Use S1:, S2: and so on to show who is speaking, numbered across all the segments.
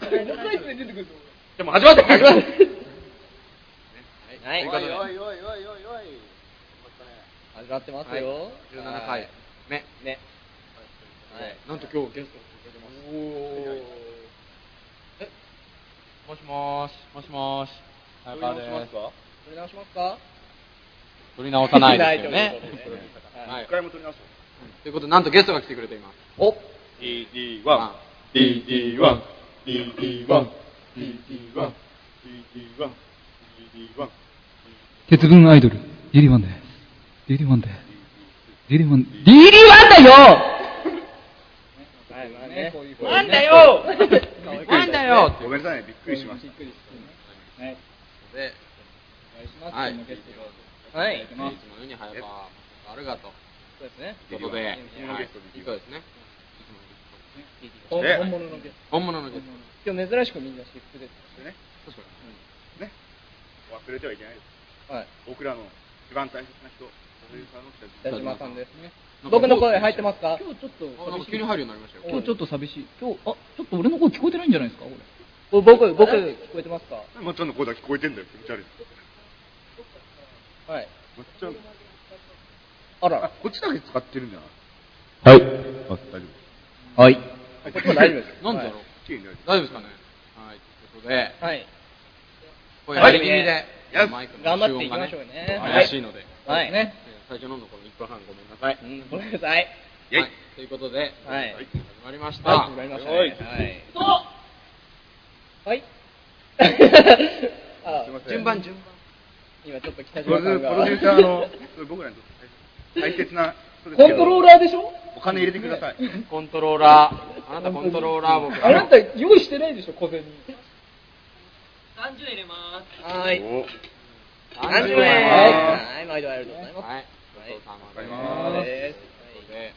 S1: 何回戦出てくる
S2: じゃあもう 始まって始まって
S3: はいおい
S2: とう
S3: お
S2: ことで
S3: いおいおいおいおい
S1: 始まってますよ。
S2: 17
S1: は
S2: 回
S1: い。
S2: ね
S1: ね。
S2: はいなんと今日ゲストが来てくれてますえもしもーしもしもーし
S3: はい
S2: どういうのしますか
S1: 撮り直しますか
S3: 取り直さないですよ
S1: 撮
S3: ね
S1: り直さないということでね
S2: は
S4: 一回も取り直し
S2: ということでなんとゲストが来てくれています
S1: お
S4: DD1 DD1 DD1 DD1 DD1 DD1
S5: 鉄軍アイドル、DD1 だよ。DD1 だよ。DD1、DD1 だよ
S1: はい、まあね、こういう
S2: なんだよ
S1: な
S2: なんん
S1: だ
S2: だ
S1: よ
S2: よ
S4: ごめんなさいねびっくりしまし
S1: びったくりしたね。はい。
S2: で
S1: お願いします。
S2: は
S1: 今日
S2: い
S1: のゲストがはい。
S2: いつものように早川あるがと
S1: そうですね。
S2: いうことで、はい、以上ですね
S1: 本
S4: ね
S1: 本物のゲス
S2: 本物の
S1: ト
S2: ゲス。
S1: 今日珍しくみんな私服です。
S4: ね
S2: ト確か
S4: ね忘れてはいけないです
S1: はい。
S4: 僕らの一番大切な人女優さんの人
S1: 北
S4: たち
S1: 島さんですね。
S2: なんか
S1: 僕の声入ってますか？今日ちょっ
S2: にあなんか急に入るようになりましたよ
S5: 今日ちょっと寂しい。今日、あ、ちょっと俺の声聞こえてないんじゃないですかこれ
S1: と僕僕聞こえてますか？
S4: まっちゃんの声だけ聞こえてんだよ気持ち悪い
S1: はい。
S4: まっちゃん
S1: あ
S4: あ
S1: ら、
S4: こっちだけ使ってるんじゃない
S6: はい。
S4: あ大丈
S6: はい。
S1: こっちも大丈夫です。
S2: なんだろう
S4: 夫いいね
S2: 大丈夫ですかねはいということで
S1: はい。はい。
S2: これやり気味で
S4: はい
S2: マイクの
S1: 頑張
S2: 集
S1: っていき
S2: 音が
S1: ま
S2: ね
S1: しょうね。
S2: 怪しいので
S1: はい。ね。
S2: 最初飲んだこの1分半ごめんなさい
S1: うん、ごめんなさい。
S4: イェイ
S2: はいということで
S1: はい
S2: 始まりました
S1: はい、決まりましたね。
S2: は
S1: はいい。 はい。あ
S4: すいません
S2: 順番順番
S1: 今ちょっと北
S4: プロ
S1: 島
S4: デ
S1: さん
S4: ュ
S1: が。
S4: ーサー の 僕らにとって大切な人です
S1: コン
S4: けど
S1: トローラーでしょ
S4: お金入れてください
S2: コントローラーあなたコントローラー僕
S1: あなた用意してないでしょ、小銭。30円入れま
S4: お
S1: す。は
S2: 30
S1: い。
S2: 円
S1: はい。はい、毎度ありがとうございます。
S2: はいごちそうさまで
S4: は
S2: す
S4: い
S1: そうです。
S2: ということで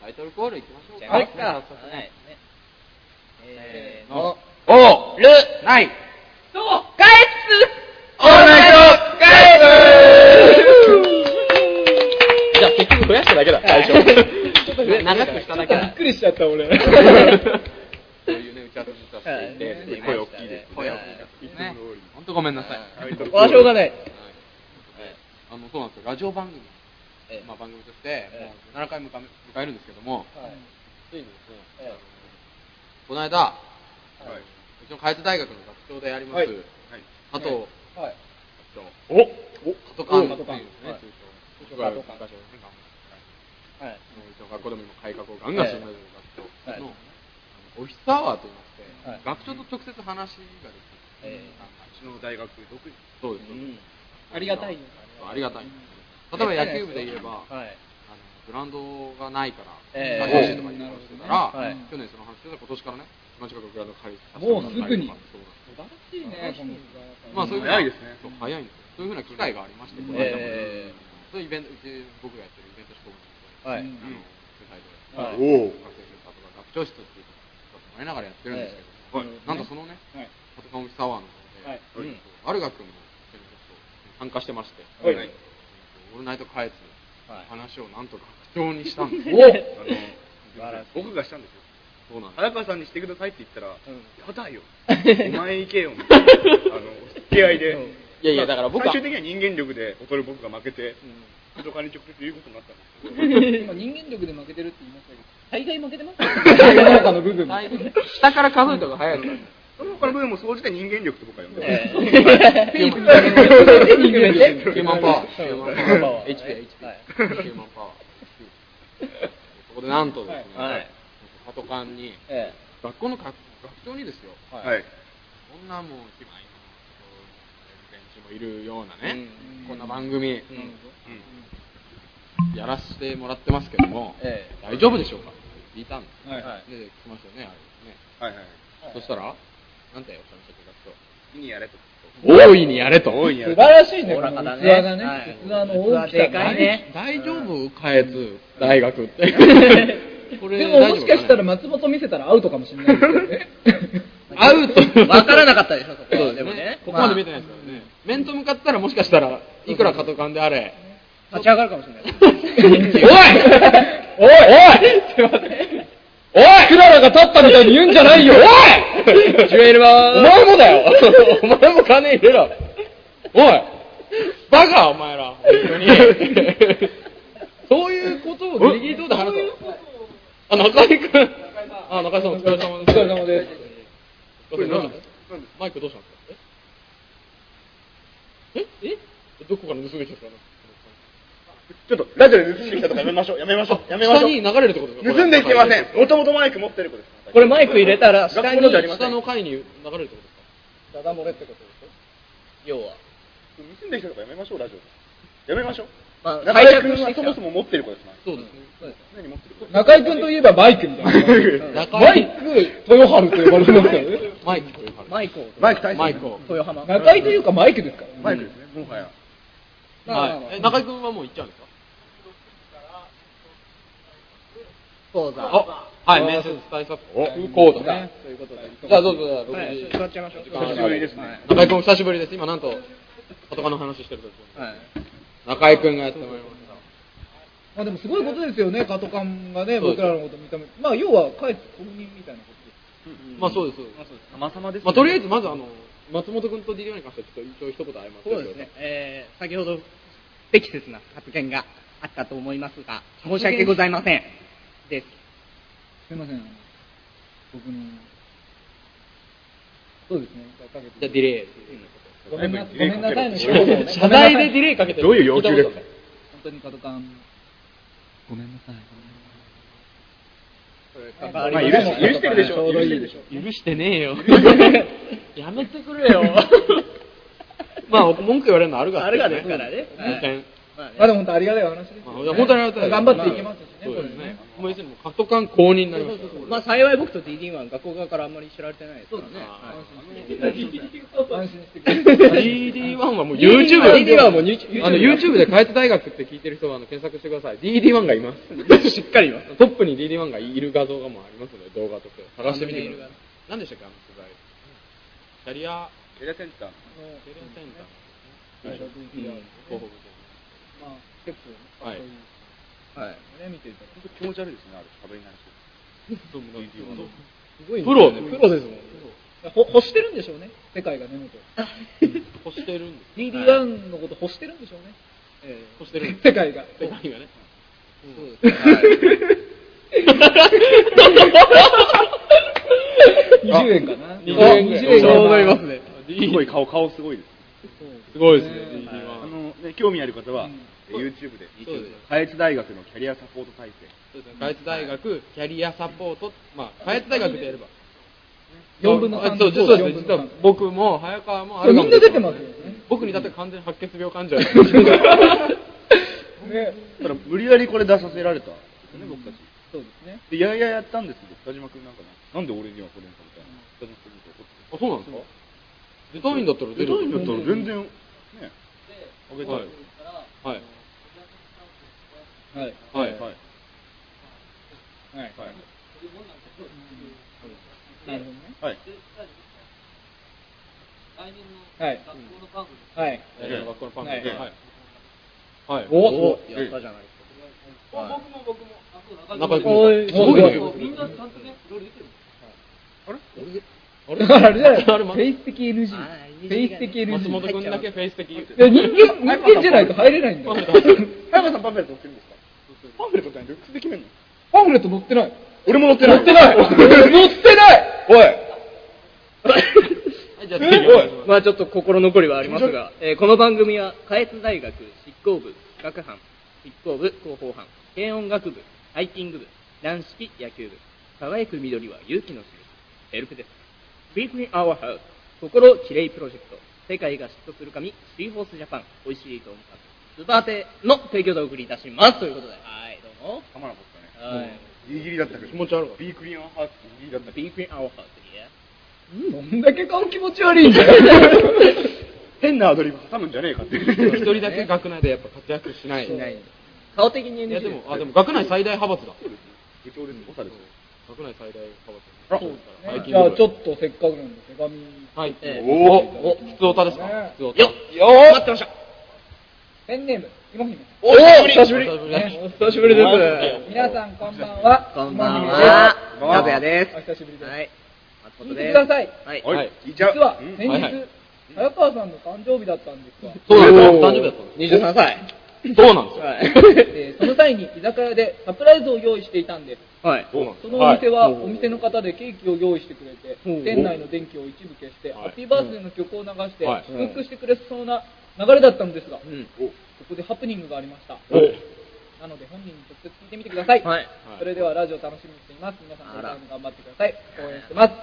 S2: タイトルコールいきましょうか
S1: はい。
S2: ね早
S1: は
S2: 速
S1: い
S2: ね。
S1: せーの
S2: の。おるないと返すオールナイトじゃあ結局増やしただけだ最初
S1: ちょっと増え
S2: 長くしただけ
S1: び
S2: だ
S1: っくりしちゃった、俺。
S2: そういうね打ち合わせ実はしていて
S1: はい
S2: 声大き
S1: きいですね
S2: 声大きいですね本当ごめんなさい
S4: はい
S1: ここはしょうがない。
S2: あのそうなんですよラジオ番組
S1: ええ
S2: まあ番組として
S1: え
S2: もう7回迎えるんですけども
S1: はい
S2: ついにですね
S1: え
S2: この間
S4: はいう
S2: ちの開津大学の学長であります
S4: はい
S2: 加藤
S1: えはい。
S2: 学長
S4: おお
S2: カトカン
S1: カ
S2: って
S1: ト
S2: いう
S1: カン
S2: ね、
S1: はい
S2: 通称。
S1: カ
S2: カ
S1: ト
S2: ト
S1: カ
S2: カ
S1: ンはいは
S2: ン。昔はね
S1: い。
S2: 学校学校でも今改革をガンガン進めてる学
S1: はい
S2: 長の、オフィスアワーと言
S1: は
S2: いま
S1: い
S2: して、学長と直接話ができる。
S1: え
S4: うちの大学独自
S2: そうです、そうです
S1: ありがたいよ
S2: そうありがたい。例えば野球部で言えば、あの
S1: はい。
S2: グラウンドがないから、
S1: ええ
S2: 借りるとかいう話をしてたら、
S1: はい
S2: 去年その話してたら今年からね、今近くグラウンド借りて
S1: もうすぐに
S2: そうなんです
S1: 素晴らしいね、
S2: まあそういうふうな
S4: 早いですね
S2: そう早いんですよ。そういうふうな機会がありまして、この間も
S1: え
S2: そういうイベント、うち僕がやってるイベント志向なんです
S1: えはい。
S2: あの舞台で
S1: はい
S4: お
S2: 学生センターとか学長室っていうのを使ってもらいながらやってるんですけど、
S4: はい
S2: なんとそのね、
S1: はい
S2: パトカンオフィスアワーの方で、
S4: はい
S2: うんアルガ君もちょっと参加してまして、
S4: は
S2: うん
S4: い
S2: オールナイト開発の
S1: はい
S2: 話をなんと学長にしたんです。
S1: お
S4: あの僕がしたんですよ
S2: そうなんです
S4: 早川さんにしてくださいって言ったら、
S1: ん
S4: やだ よ、お前行け よみたいな、あの付き合いで、
S1: うん
S2: いやいやだから僕は
S4: 最終的には人間力で劣る僕が負けて、工藤官に直接言うことになったんですけど、
S1: 今人間力で負けてるって言いましたけど、大概負けてますよ。世の中の部分も。
S2: 下から数えた方が早いのか
S4: その他の部分も総じて人間力と僕は呼んでます、
S1: ええ
S2: ヒューマンヒューマンパワー、ヒューマンパワー、HP、HP、ヒューマンパワー。そこでなんとですね、
S1: はい
S2: パトカンに、
S1: え
S2: 学校の学学長にですよ、
S1: え
S4: はいはい
S2: こんなもう暇いな連中もいるようなね、
S1: うん
S2: こんな番
S1: う
S2: 組
S1: ん
S2: やらせてもらってますけども、
S1: え
S2: 大丈夫でしょうか聞いたんで
S1: えはいは
S2: す、で聞きましたよね、あれね、
S4: はいはい、
S2: そしたら、なんておっしゃいましたっけ、学
S4: 意にやれと、
S2: 長。大いにやれと。
S4: 大いにや
S1: 素晴
S4: れと、
S1: らしいね、
S3: お
S1: こ
S3: お
S1: の
S3: ら
S1: 器
S3: か
S1: が
S3: だね
S1: ね。器の大きさ
S3: 器で
S1: が
S3: かい
S1: ね。
S3: ね
S2: 大丈夫かえつ大学って。こ
S5: でももしかした
S2: 大丈夫
S5: ら松本見せたらアウトかもしれないですよね。
S2: かなアウト。
S1: わからなかったでしょ、そこ
S2: そう
S1: は。で
S2: で
S1: すもね
S2: ね。。ここまで見てないですからね。面と向かったらもしかしたらいくらカトカンであれ。
S1: 立ち上がるかもしれない。
S2: おいおいおいすいません。おいクララが立ったみたいに言うんじゃないよおい
S1: ジュエルは
S2: お前もだよお前も金入れろおいバカお前ら本当にそういうことをギリギリどうで話すあ、中井くんあ、中井さんお疲れ様ですお疲れ様です
S4: これ何です
S2: マイクどうしたんですかえええどこから盗んできたんですか
S4: ちょっと、ラジオで盗んできたとかやめましょう。やめましょう。やめまし
S2: 下
S4: ょ
S2: に
S4: う。
S2: 流れるってことですか
S4: 盗んできてません。もともとマイク持ってる子です。
S1: これマイク入れたら、下
S4: 学
S1: に
S4: 校のじゃありませ
S2: 下
S4: ん。
S2: の階に流れるってことですか
S1: 要は。
S4: 盗んできたとかやめましょう、ラジオで。やめましょう。
S1: まあ
S4: 中井
S1: 解釈し
S4: 君
S1: てき
S4: は
S1: た
S4: そもそも持ってる子です。
S2: そうですね
S4: 常に持ってる子です。
S7: 中井くんといえばマイクみたいな。
S2: 中井
S7: 豊春と呼ばれてますからね。
S2: マイクというか
S1: マイクを。
S4: マイク大
S2: マイクを
S1: 豊浜。
S7: 中井というかマイクですから。
S4: マイクですね、もはや。
S2: はいえ中井くんはもう行っちゃうんですか
S1: そうだ。
S2: あはい面接対策空港だね
S1: ということで。
S2: じゃあどうぞじゃあ
S1: はい、
S2: 6時
S1: 座っちゃいましょう。
S2: 久し
S4: ぶりですね
S1: はい
S2: 中井くんお久しぶりです今なんとパトカの話してるとこ
S1: はい。
S2: 中井くんがやってまいりました
S5: まあでもすごいことですよね、カトカンがね、
S2: そうです
S5: 僕らのこと認めまあ要は、かえって公認みたいなことで
S2: まあそうですそうです
S1: まさまで
S2: まあとりあえずまずあの松本君とディリオに関してはちょっと一応一言謝って
S1: そうですね。えー、先ほど、不適切な発言があったと思いますが、申し訳ございません。です。
S5: す。すいません、あの僕の。そうですね、かけて
S2: じゃあディレイ
S5: ごめんなごめんなさいの一
S4: どう
S5: 言をね
S2: 謝罪でディレイかけてる
S4: どういう要求ですか
S5: 本当にカトカン。
S7: ごめんなさい。
S4: まあ、許し許してるでしょう。許してるでしょう。
S2: 許してねえ よやめてくれよまあ文句言われるのあるが
S1: あるがですからね
S2: うん本当に
S1: まあ
S5: まあでも本当ありがたい話ですよ。
S2: まあいや本当にありがたいです
S5: 頑張っていきますしね、
S2: そう
S5: こ
S2: で
S5: れ
S2: す
S5: ね
S2: ね。もう一もカトカン公認になりました
S1: まあ幸い僕と DD は学校側からあんまり知られてないですからね。
S5: 安心してください
S2: DD1 はもう YouTube で
S1: DD1 はもう YouTube
S2: あの YouTube で開発大学って聞いてる人はあの検索してください DD1 がいます
S1: はいしっかりよ。
S2: トップに DD1 がいる画像がもうありますので動画として探してみてください何でしたっけあの取材キャリア
S4: エリアセンター。
S2: キャリアセンターのうん広報部
S5: まあ結構、
S2: はい
S1: はい。
S5: ね、見ていただ
S4: 本当気持ち悪いですね、あれ。喋りな話。
S2: 長そう
S1: すごいね
S2: プロね
S1: プロですもん。
S5: いてほ欲してるんでしょうね、世界が根元。
S2: 欲してるんです
S5: DD1 のこと欲してるんでしょうね。ええ
S2: 欲してるんです
S5: 世界が。
S2: 世界がね
S5: 20円かな。
S2: 20円ぐらい
S5: 20円
S2: ち
S5: か
S2: ょ
S5: な
S2: うどいます
S1: ね。
S4: すごい顔、顔すごいです。
S2: すごいですね DD1
S4: あの、ね、興味ある方は、YouTube で、
S2: そうです
S4: 開越大学のキャリアサポート体制。
S2: そうですね開発大学キャリアサポートまあ開発大学でやれば
S5: 4分の3
S2: そうそうそうです実は僕も早川もある
S5: みんな出てますよね。
S2: 僕にだって完全に白血病患者です
S5: ね
S4: ただ、無理やりこれ出させられたんですよね、僕たち。
S5: そうですね。
S4: で、いやいややったんですけど、北島君なんかね、なんで俺にはこれんかみたいな。北島君と怒っ
S2: あそ
S4: て。
S2: うなんですか出たいんだったら出
S4: デ
S2: る
S4: ザインだったら全然、ね、あげた
S2: は
S4: い。
S2: いはいはい
S5: はい。
S4: はい。
S5: は
S4: は
S5: い。
S4: い。
S5: なるほどね。
S4: はい。
S5: はい。は
S2: えー
S5: い。
S2: 学校のパンフレットは
S4: はい
S2: いはい
S5: おお
S1: やったじゃないです
S2: 仲良く
S5: おい
S2: すごいね
S5: だからあれじゃない
S2: あれま
S5: フェイス的 NG。
S1: か。
S5: フェイス的 NG。
S2: 松本君だけフェイス的
S5: いや、人間、人間じゃないと入れないんだよ。
S4: 早川さんパンフレット持ってるんですかパンフレットってルックスで決めるの
S5: パンフレット載ってない。
S4: 俺も乗ってない。乗っ て
S5: ない
S4: 乗ってないおい
S2: はいじゃあ次お願いします
S1: まあちょっと心残りはありますが、えーこの番組は、下越大学執行部学班、執行部広報班、軽音楽部、ハイキング部、軟式野球部、輝く緑は勇気の印、ヘルプです。Beat me our house、心きれいプロジェクト、世界が嫉妬する神、シーホースジャパン、美味しいと思った、スバーテの提供でお送りいたします。ということで、はい、どうも。
S4: 浜名ポったね。
S1: はい。
S4: ギリギリだったけど。
S2: 気持ち悪かった
S4: ビークリーンアンハーツギリギリだったけど。
S1: Beat me our house, yeah.
S5: どんだけ顔気持ち 悪いんだよ。
S4: 変なアドリブ挟むんじゃねえか って。
S2: 一人だけ学内でやっぱ活躍しない
S1: ない顔的に NG
S2: いやでも
S1: す
S2: あでも学内最大派閥だ
S4: 部長です。長です。
S2: 学内最大派閥
S4: あ
S2: ハイキン
S5: じ
S2: グ
S5: ゃあ
S2: 部
S5: ちょっとせっかくなんで手紙。
S2: はい
S1: ええ
S2: おお普通歌ですか
S5: ね
S2: 普通歌
S1: よっよ待ってました
S5: ペンネーム、芋姫。
S1: おお久しぶ
S2: 久しぶりです
S1: お久しぶりです。
S5: 皆さんこんばんは。
S1: こんばんは
S5: 芋姫。
S1: かぐやです。
S5: お久しぶりです。
S1: はい。松
S5: 聞いてください。
S1: はい。
S8: はい
S2: はい
S8: 聞いち
S5: 実
S8: ゃう
S5: は
S8: うん
S5: 先日、
S2: はいはい
S5: 早川さんの誕生日だったんですが、
S2: そうなんですよ。
S1: おー
S2: 誕生日だったんです。
S1: 23歳。
S2: そうなんですよ。
S5: えーその際に居酒屋でサプライズを用意していたんです。
S1: はい。
S2: そうなんですよ
S5: そのお店
S2: は
S5: は
S2: い
S5: お店の方でケーキを用意してくれて、
S1: うん
S5: 店内の電気を一部消して、
S2: はい
S5: ハッピーバースデーの曲を流して
S2: はい、
S5: 祝福してくれそうな流れだったのですが、こ
S1: うん。
S5: こでハプニングがありました。
S2: お
S5: なので本人に直接聞いてみてください。
S1: はい
S5: それではラジオ楽しみにしています。皆さん、これからも頑張ってください。
S1: あら
S5: 応援してます。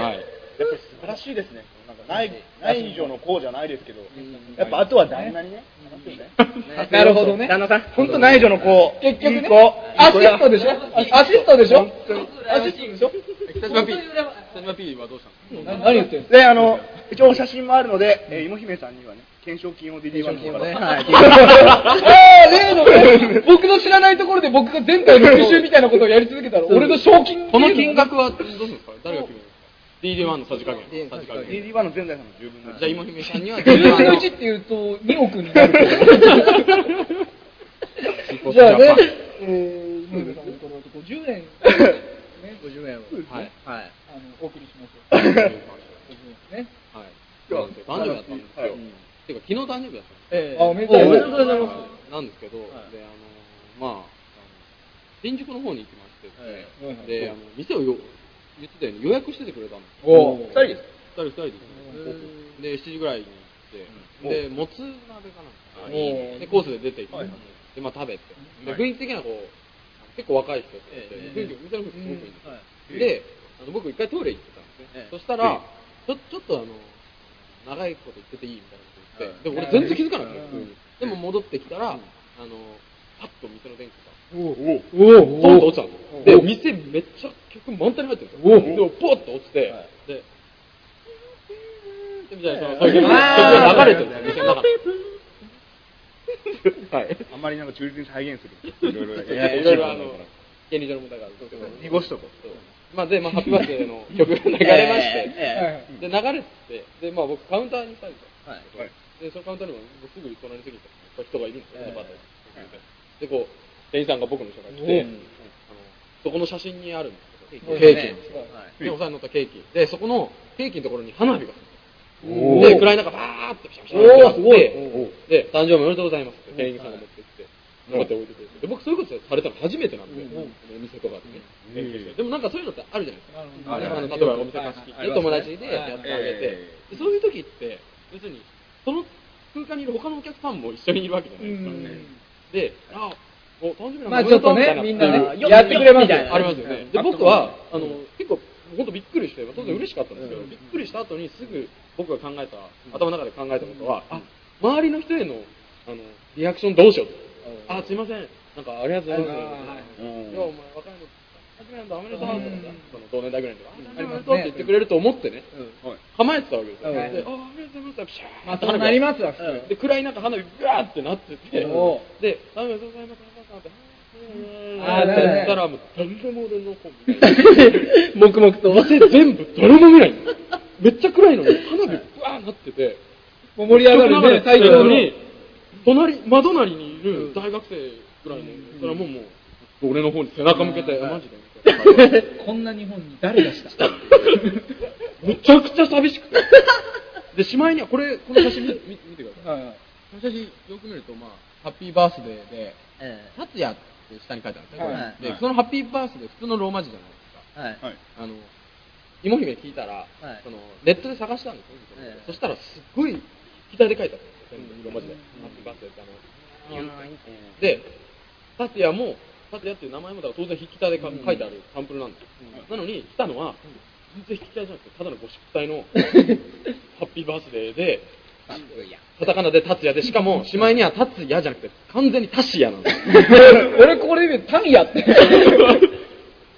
S2: はい。
S8: やっぱり素晴らしいですね。なんかない、ない以上のこうじゃないですけど、
S5: ん
S8: やっぱあとは旦那にね、
S5: なるほどね
S1: 旦那さん。
S8: 本当ない以上のこう。
S5: 結局ね
S8: いい子
S5: アシストでしょアシストでしょアシストでしょ
S2: 北島 P、北島 P はどうしたの
S5: な何言ってんの
S8: で、あの、一応お写真もあるので、えー、芋姫さんにはね、懸賞金を DD1 の方から。
S5: ああ、例のね、僕の知らないところで僕が前回の復習みたいなことをやり続けたら、俺の賞金
S2: この金額はどうするんですか誰が決めるんですか ?DD1 のさじ加減。さじ加減。
S8: DD1 の全財産の10分の
S2: じゃあ、今姫さんには
S5: 10
S2: DD1
S5: 分の
S2: の
S5: 1って言うと2億になるけどじゃあね、えー、ムーブさんのところで50円、
S1: 50円を。
S2: はい。
S1: はい。
S5: あのお送りしましょう。50円ね。
S2: はい。そうなんですよ誕生日だったんですよ。
S8: はい
S2: うんてか、昨日誕生日だったんで
S1: え
S2: すよ。
S5: あおめでとう
S2: お
S5: ご
S2: め
S5: ざ
S2: でとう
S5: いま
S2: ございます。なんですけど、で、あの、まああの、新宿の方に行きましてですね、で、あの、店をよ言ってたように予約しててくれたんですよ。
S5: おー
S2: 二人です二人、二人ですね。で、7時ぐらいに行って、で、もつ鍋かなんか
S5: いいね
S2: で、コースで出て行って、で、まあ食べて、で、雰囲気的なこう、結構若い人って、雰囲気、店の雰囲気すごくいいんですよで、あの僕一回トイレ行ってたんですね。そしたら、ちょ、ちょっとあの、長いこと言ってていいみたいなこと言って、でも俺全然気づかなくて、でも戻ってきたら、あの、パッと店の電気が、
S5: お
S2: ポンと落ちたんですよ。で、店めっちゃ客満タンに入ってるんですよ。で、ポッと落ちて、で、みたいな、そういう曲が流れてるんですよ、店の中で。はい。
S8: あんまりなんか忠実に再現する。いろいろ
S2: いやいろいろあの、権利上の問題があるんですけど、
S8: 濁しとこう。
S2: まあで、まあ、ハッピーバースデーの曲が流れまして、
S1: え
S2: で、流れてて、で、まあ僕カウンターにいたんですよ。
S1: はい
S8: はい
S2: で、そのカウンターにも僕すぐ隣に過ぎて、人がいるんですよね、バタで、こう、店員さんが僕の人が来て、あの、そこの写真にあるんですけど、ケーキなんですよ。で、お世話になったケーキ。で、そこのケーキのところに花火が。で、暗い中、バーってピシャピシャってなって、で、誕生日おめでとうございますって店員さんが持ってきて、こうやって置いてくれて。で、僕そういうことされたの初めてなんで、お店とかでね。でもなんかそういうのってあるじゃないですか。あの例えばお店貸し切って、友達でやってあげて、でそういう時って、別に、その空間にいる他のお客さんも一緒にいるわけじゃないですか。で、あ、お、誕生日なんだ
S5: まあちょっとね、
S2: おめで
S5: みん
S2: とうみた
S5: な
S2: い
S5: ね、やってくれますよ。
S2: ありますよね。で、僕は、あの、結構、本当びっくりして、当然嬉しかったんですけど、びっくりした後にすぐ僕が考えた、頭の中で考えたことは、あ、周りの人への、あの、リアクションどうしようと。あ、すいません。なんか、ありがとうございます。いや、お前、若いの、初めなんだ、おめでとうって言ったらその同年代ぐらいの人が、あ、おめでとうって言ってくれると思ってね、構えてたわけですよ。
S5: うん
S2: で、あ、ありがとうございます。ピシャー
S5: まあそうなりますわ、
S2: うんで、暗い中、花火、ぐわーってなってて、で、
S5: お
S2: ありがとうございます、花火さんって、
S5: あ
S2: あー
S5: ー
S2: って
S5: なるね
S2: やったら、もう、誰も俺の方見ない。
S5: 黙々と。
S2: 店全部、誰も見ないの。めっちゃ暗いのに、花火、ぐわーなってて、
S5: 盛り上がるね、
S2: 最
S5: 最高
S2: 高
S5: の。
S2: に、隣、窓隣にいる大学生ぐらいの、それはもう、もう、俺の方に背中向けて、マジで、みたいな。
S5: こんな日本に誰がした
S2: めちゃくちゃ寂し くて。で、しまいには、これ、この写 真見見見てください。
S5: はいはい
S2: この写真、よく見ると、まあ、ハッピーバースデーで、
S1: え
S2: 達也って下に書いてあるんですね、
S5: はい
S2: これで
S8: はい
S2: そのハッピーバースデー普通のローマ字じゃないですか
S1: はい。
S8: はい。
S2: あの芋姫聞いたら、
S1: はい
S2: そのネットで探したんですよ、
S1: ええ
S2: そしたらすっごい左で書いてあったんですよ全部ローマ字で、ハッピーバースデーってあので、達也も、達也っていう名前もだから当然、筆記体でか書いてあるサンプルなんですよ、なのに、来たのは、全然筆記体じゃなくて、ただのゴシップ体 のハッピーバースデーで、カタカナで達也で、しかも、しまいには達也じゃなくて、完全にタシヤなんですよ。
S5: 俺これでタンやって。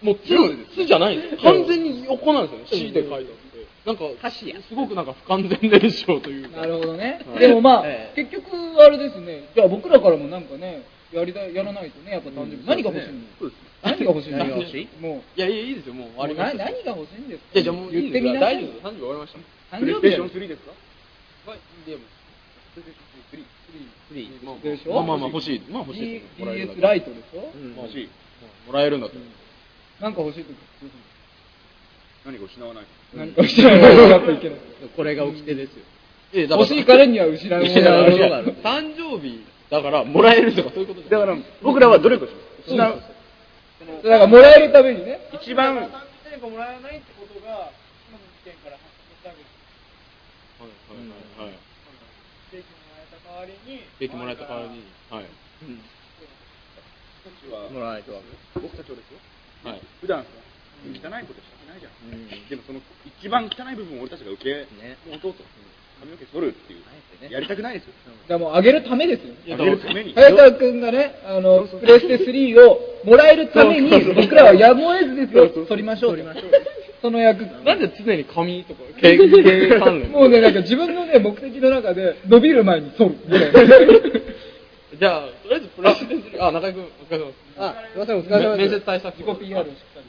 S2: もう、つ、つじゃないんですよ。完全に横なんですよね。C で書いてあって。なんか、すごくなんか不完全燃焼というか。
S5: なるほどね
S2: は。い
S5: でもまあ
S1: え、
S5: 結局あれですね、じゃあ僕らからもなんかね、やりたいやらないとね、やっぱ誕生日。何が欲しいの
S2: そうです
S5: 何が欲しいの
S1: 何が欲しい
S5: も
S2: いや、いや、いいですよ。もう
S5: う、
S2: 終わり
S5: も
S2: ま
S5: うな
S2: した。い
S5: 何が欲しいんですか
S2: や、じゃあもうい
S5: 言
S2: い
S5: っ
S2: で
S5: て
S2: すよ
S5: みなさ
S2: 大
S5: い
S2: 丈夫。です。30終わりました。
S8: プ
S5: 誕
S8: レイ
S5: 生
S8: ステーション3
S5: 日だよ
S8: ですか
S2: はい、でも、まあ
S5: でしょ
S2: まあまあまあ欲しい。まあ欲しいで
S5: D-
S2: すよ。もらえるんだ
S5: DS
S2: ったら
S5: ライトでしょ
S2: うん
S8: 欲しい。
S2: もらえるんだったら
S5: なんか欲しいとき。
S8: 何か失わない。
S5: 何か失わないとやっぱいけない。
S1: これが起きてですよ。
S2: え、だ
S5: 欲しいからには失うものがある
S1: 失うものがある
S2: 誕生日だからもらえるとかそういうことじゃ
S8: だから、僕らは努力します。失う。
S5: だからもらえるためにね。
S8: 一番、
S2: はいはいはいはい。ケーキもらえた代わりに。はい。
S1: もらえたわ
S8: 僕たちはですよ。
S2: はい。
S8: 普段さ、汚いことしたくないじゃん。でもその、一番汚い部分を俺たちが受け、
S1: ね
S8: もう弟、髪の毛剃るっていう
S1: ね。
S8: やりたくないですよ。
S5: だからもうあげるためですよ。
S2: いや
S8: あげるために。
S5: 早川くんがね、あの、プレステ3をもらえるために、僕らはやむを得ずですよ、取りましょうと。その役。
S2: なんで常に髪とか、経験関連。
S5: もうね、なんか自分のね、目的の中で、伸びる前に取るぐらい。
S2: じゃあ、とりあえずプラスで、あ、中居君、お疲れ様です。
S5: あ、すいません、お疲
S2: め面接対策
S5: 自己 PR をしっかり。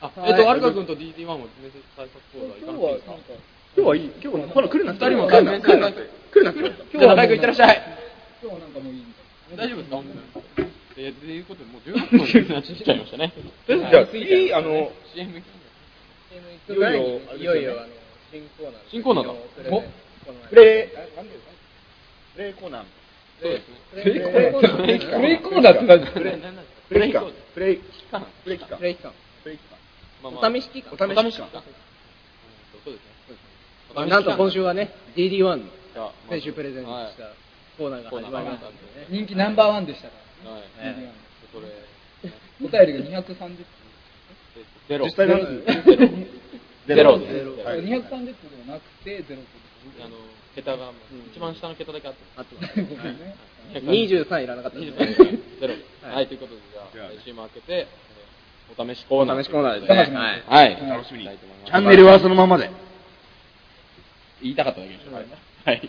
S2: あ、えっと、アルカ君と DT1 も面接対策講座行
S5: 今
S2: か
S5: 日
S2: なくてい
S8: 今日
S2: いですか
S5: はなんか、
S8: はいい。今日は、ほら、来るな。
S2: 二人も
S8: 来るな。来るな。来るな。来るな。
S2: 今日は中居君いってらっしゃい。
S5: 今日はなんかもういいみたい
S2: 大丈夫ですかいや、ということで、もう18分になっちゃいましたね。
S8: とりあえずじゃあ次、あの、
S2: CM
S1: いよいよ、いよいよ、あの、新コーナー。
S2: 新コーナーだ。
S1: お
S8: プレイ、プレイコーナー。
S2: そうですね。
S5: な。プレイコーナープレイコーナーって何ですか
S8: プレイ期間。プレイ期間。プレイ期間。
S1: プレイ期間。
S8: プレイ期間。
S2: まあまあ
S1: お試し期間。
S8: お試し期間
S2: お試し期間。そうですね。お試し期間
S1: なんと今週はね、DD1 の
S2: じゃあ
S1: 選手プレゼントしたコーナーが
S2: コー
S1: 始
S2: ナ
S1: ま
S2: ーが
S1: りま
S2: 始まっ
S1: したた
S2: ん
S1: んで
S2: でね
S1: ね。
S5: 人気ナンバーワンでしたから。
S2: はい。
S1: え
S2: それ、
S5: お便りが230
S2: えっとゼロ。
S8: 実際の
S2: ゼロです。
S1: ゼロ
S5: 個。230個ではなくて、ゼロ個
S2: あの、桁が、一番下の桁だけあってます。
S1: あと
S5: です。ごめんね
S1: 23いらなかったですね。
S2: ゼロです。
S1: はい
S2: はい、ということで、じ
S8: じ
S2: ゃ
S8: ゃ
S2: あ
S8: あ、
S2: 来週も明けて、えーお試しコーナー。
S1: お試しコーナーですね
S5: お試しコーナーです
S2: はい。
S5: はい
S8: 楽しみに。チ
S2: チ
S8: ャンネルはそのままで。
S2: 言いたかっただけでしょ。はい。じゃあ、チ
S8: チ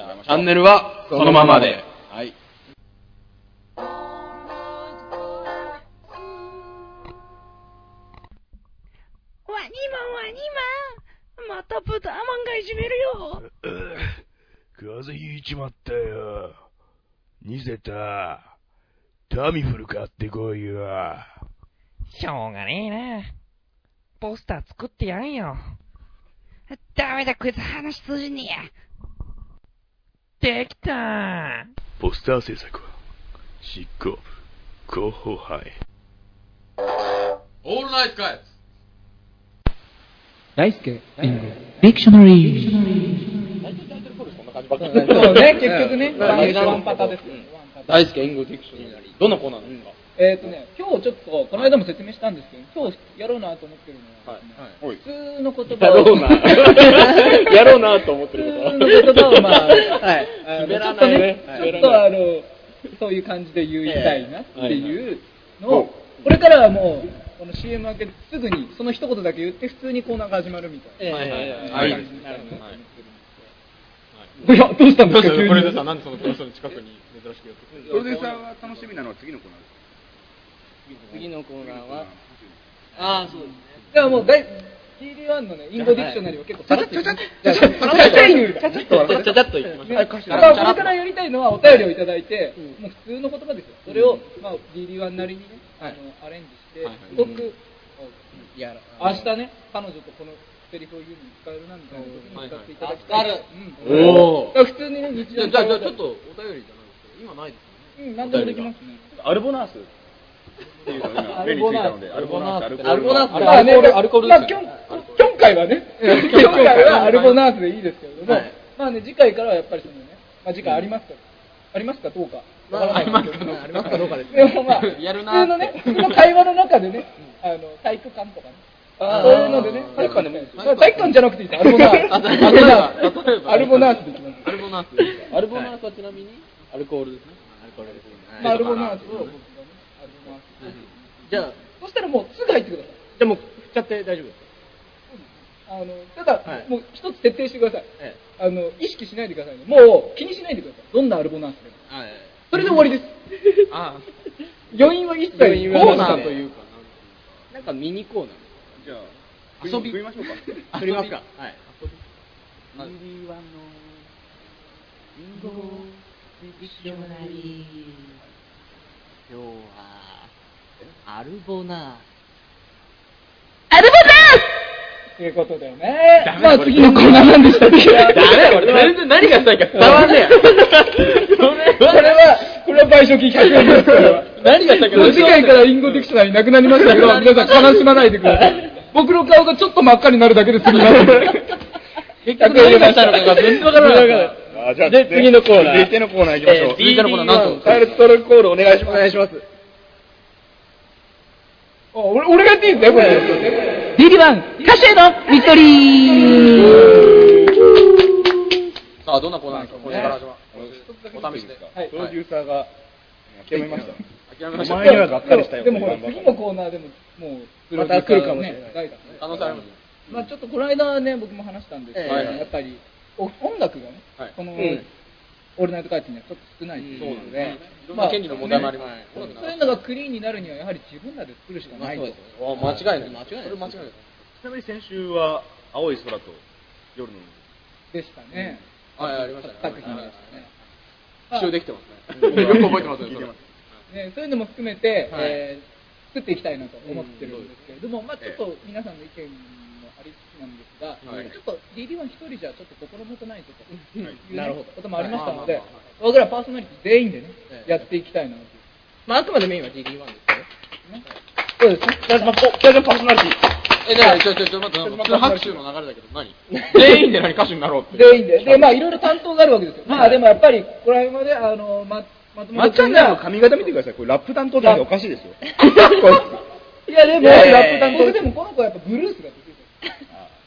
S8: ャ
S2: ャン
S8: ン
S2: ネ
S8: ネ
S2: ルはそ
S8: そ
S2: の
S8: の
S2: ま
S8: ま
S2: ま
S8: ま
S2: で
S8: で。
S2: はい。
S9: ワニマンワニマンまた豚マンがいじめるよ
S10: 風邪ひいちまったよ。ニセタ、タミフル買ってこいよ。
S11: しょうがねえな。ポスター作ってやんよ。ダメだ、こいつ話通じねえ。できた
S10: ポスター制作は、執行部、広報杯。
S2: オールナイトカイ
S1: 大輔。
S12: ディクショナリー。
S2: こんな感じばっかり。
S5: そうね、結局ね、
S2: うん
S5: ワン
S2: うん
S5: ワンパタですよ。ワンパタ
S2: 大好き援護ディクションなり。どんな コーナーなんですか
S5: えっとね、今日ちょっと、この間も説明したんですけど、今日やろうなと思ってるのはですね、
S8: はい
S5: 普通の言葉
S1: や
S5: を、
S1: ろうな。
S2: やろうなと思って
S5: 普
S2: る
S5: 通
S2: こ
S5: の
S2: と。
S5: 言葉を、まあ、はい、あ
S2: 滑
S5: のちょ
S2: ら
S5: っと
S2: ない
S5: ね
S2: ね、
S5: ちょっとあの、そういう感じで言いたいなっていうのを、これからはもう、この CM 明けすぐに、その一言だけ言って、普通にコーナーが始まるみたいな。
S2: はいはいはい
S5: はい
S2: はい
S5: いや、どうしたんですか、急に
S2: これでさ、なんでそのプロスの近くに珍しくやってくる
S8: プロデューサーは楽しみなのは次のコーナーです。
S1: 次のコーナーは、
S5: ああ、そうですね。じゃあもう、だい TD1 のね、インゴディクショナリーを結構さらっと言う、ちゃちゃちゃちゃちゃちゃっと笑って
S2: ちゃちゃっといきましょう。
S5: ね、だからこれからやりたいのはお便りをいただいて、もう普通の言葉ですよ。それを、まあ、DD1 なりにね、
S1: はい
S5: あのアレンジして、
S2: はい
S5: すごく、
S1: いや、
S5: 明日ね、彼女とこのセリフを言うのに使えるなみたいな時に使っていただきたい。
S2: はいはい
S5: うん
S2: おー
S5: だから普通にね、日
S2: じゃ
S5: 常
S2: あ、じゃあ、じゃあちょっとお便りじゃないですけど、今ないですよね。
S5: うん、なんでもできますね。
S8: アルボナースっていうのが今目についたので、アルボナース、アルボ
S2: アルボナース
S8: ナー
S2: あれアルコールアルコール
S5: まあ、
S2: です
S5: きょ
S2: よ
S5: ん、きょんかいはね、きょんかいはアルボナースでいいですけれども、
S2: はい
S5: まあね、次回からはやっぱりそのね、まあ次回ありますから、ありますかどうか。
S2: まあ
S5: わからないですけど
S2: ありますかどうかですね
S5: でもまあ、
S2: やるなー
S5: 普通の
S2: って
S5: ね、普通の会話の中でね、あの、体育館とかね、
S2: あー
S5: そういうのでね、
S2: 体育館でもいいですよ
S5: 体育館じゃなくていいですアルボナ
S2: あ例
S5: ー
S2: えば例え
S5: ス。
S2: ば
S5: アルボナースでいきます。
S2: アルボナース。アルボナースはちなみに、アルコールですね。
S5: まあアルボナースを僕がね、アルボナース。
S1: じゃあ、
S5: そしたらもうすぐ入ってください。
S1: じゃあもう、振っちゃって大丈夫です
S5: あのただ、
S1: はい
S5: もう一つ徹底してください、
S1: え
S5: あの意識しないでくださいねもう気にしないでくださいどんなアルボナースでも
S1: かはい。
S5: それで終わりです
S2: あ
S5: 余韻は一切
S1: 余韻は
S2: コ
S1: コ
S2: ー
S1: ー
S2: ナ
S1: ナ
S2: ー
S1: ー
S2: と
S1: と
S2: い
S1: いう
S2: か、
S1: なんかミニコーナー。
S8: じゃあ、
S2: 遊び
S8: 食いましょう か。
S1: 撮りますか。はい。今日は、アルボナー
S9: アルボナース
S5: ということでね。
S2: ダメ
S5: ま
S2: だこ
S5: あ
S2: れ
S5: 次のコーナーなんでしたっけ
S2: ダメだよ、俺全然何がしたいか伝わんねえや。
S5: これは、これは賠償金100円ですこれは。
S2: 何がしたいか
S5: 次回からリンゴディクショナリーなくなりましたけど、皆さん悲しまないでください。僕の顔がちょっと真っ赤になるだけで済みます。
S2: 結局何がしたいのかが全然わからないから。
S8: あじゃあ
S2: で次のコーナー
S8: 続いてのコーナー行きましょう。
S2: 続いてのコーナーなんと
S8: タイルストロークコールお願いします。お願いします。
S5: あ俺俺がやっていいんですね、これ。
S12: DD1、歌手への道取り
S2: さあ、どんなコーナーなんですか、これから始まる。お試しで。
S5: はい
S8: プロデューサーが諦めました。
S2: 諦めまし
S8: お
S2: た。
S8: 前にはがっかりしたよ
S5: でもほら、
S8: この
S5: 次のコーナーでも、もう、
S8: また来るかもしれない
S5: ね大学ね
S2: 可能性ありますね。
S5: まあちょっとこの間ね、僕も話したんですけど、
S2: ええ
S5: やっぱり、お音楽がね
S2: はい、
S5: この、オ
S2: うん
S5: ールナイトカーテンにはちょっと少ないということで、
S2: いろんな権利の問題もありますね。
S5: そういうのがクリーンになるには、やはり自分らで作るしかないと。
S2: あ間違いない。間違いない。それ間違いない。
S8: ちなみに先週は青い空と夜の
S5: でしたね。
S2: はい、ありましたね。
S5: 作品でしたね。
S2: 一応できてますね。よく覚えてますね、それは。
S5: ね、そういうのも含めて、
S2: はい
S5: えー作っていきたいなと思ってるんですけれども、まあ、ちょっと皆さんの意見もありつつなんですが、
S2: はい
S5: ちょっと DD1 一人じゃちょっと心もとないぞというね、
S2: なるほど
S5: こともありましたので、
S2: はい
S5: 僕らパーソナリティ全員でね、
S2: ええ
S5: やっていきたいなと。
S1: まあ、あくまでメインは DD1 ですね。
S5: そうですね。
S2: え、じゃあ、ちょ、ちょ、ちょ、待って、普通拍手の流れだけど、 何全員で何歌手になろうって。
S5: 全員で。で、まあ、いろいろ担当があるわけですよ。まあ、でもやっぱり、これまで、あの、ま、松
S8: まっ
S5: 本
S8: ちゃん
S5: 君
S8: の
S5: が、
S8: 髪型見てください。これラップ担当じゃおかしいですよ。
S5: いや、でも、
S8: いやい
S5: ラ
S8: や
S5: ッ
S8: いや
S5: プ担当。僕でもこの子はやっぱブルースが得意です。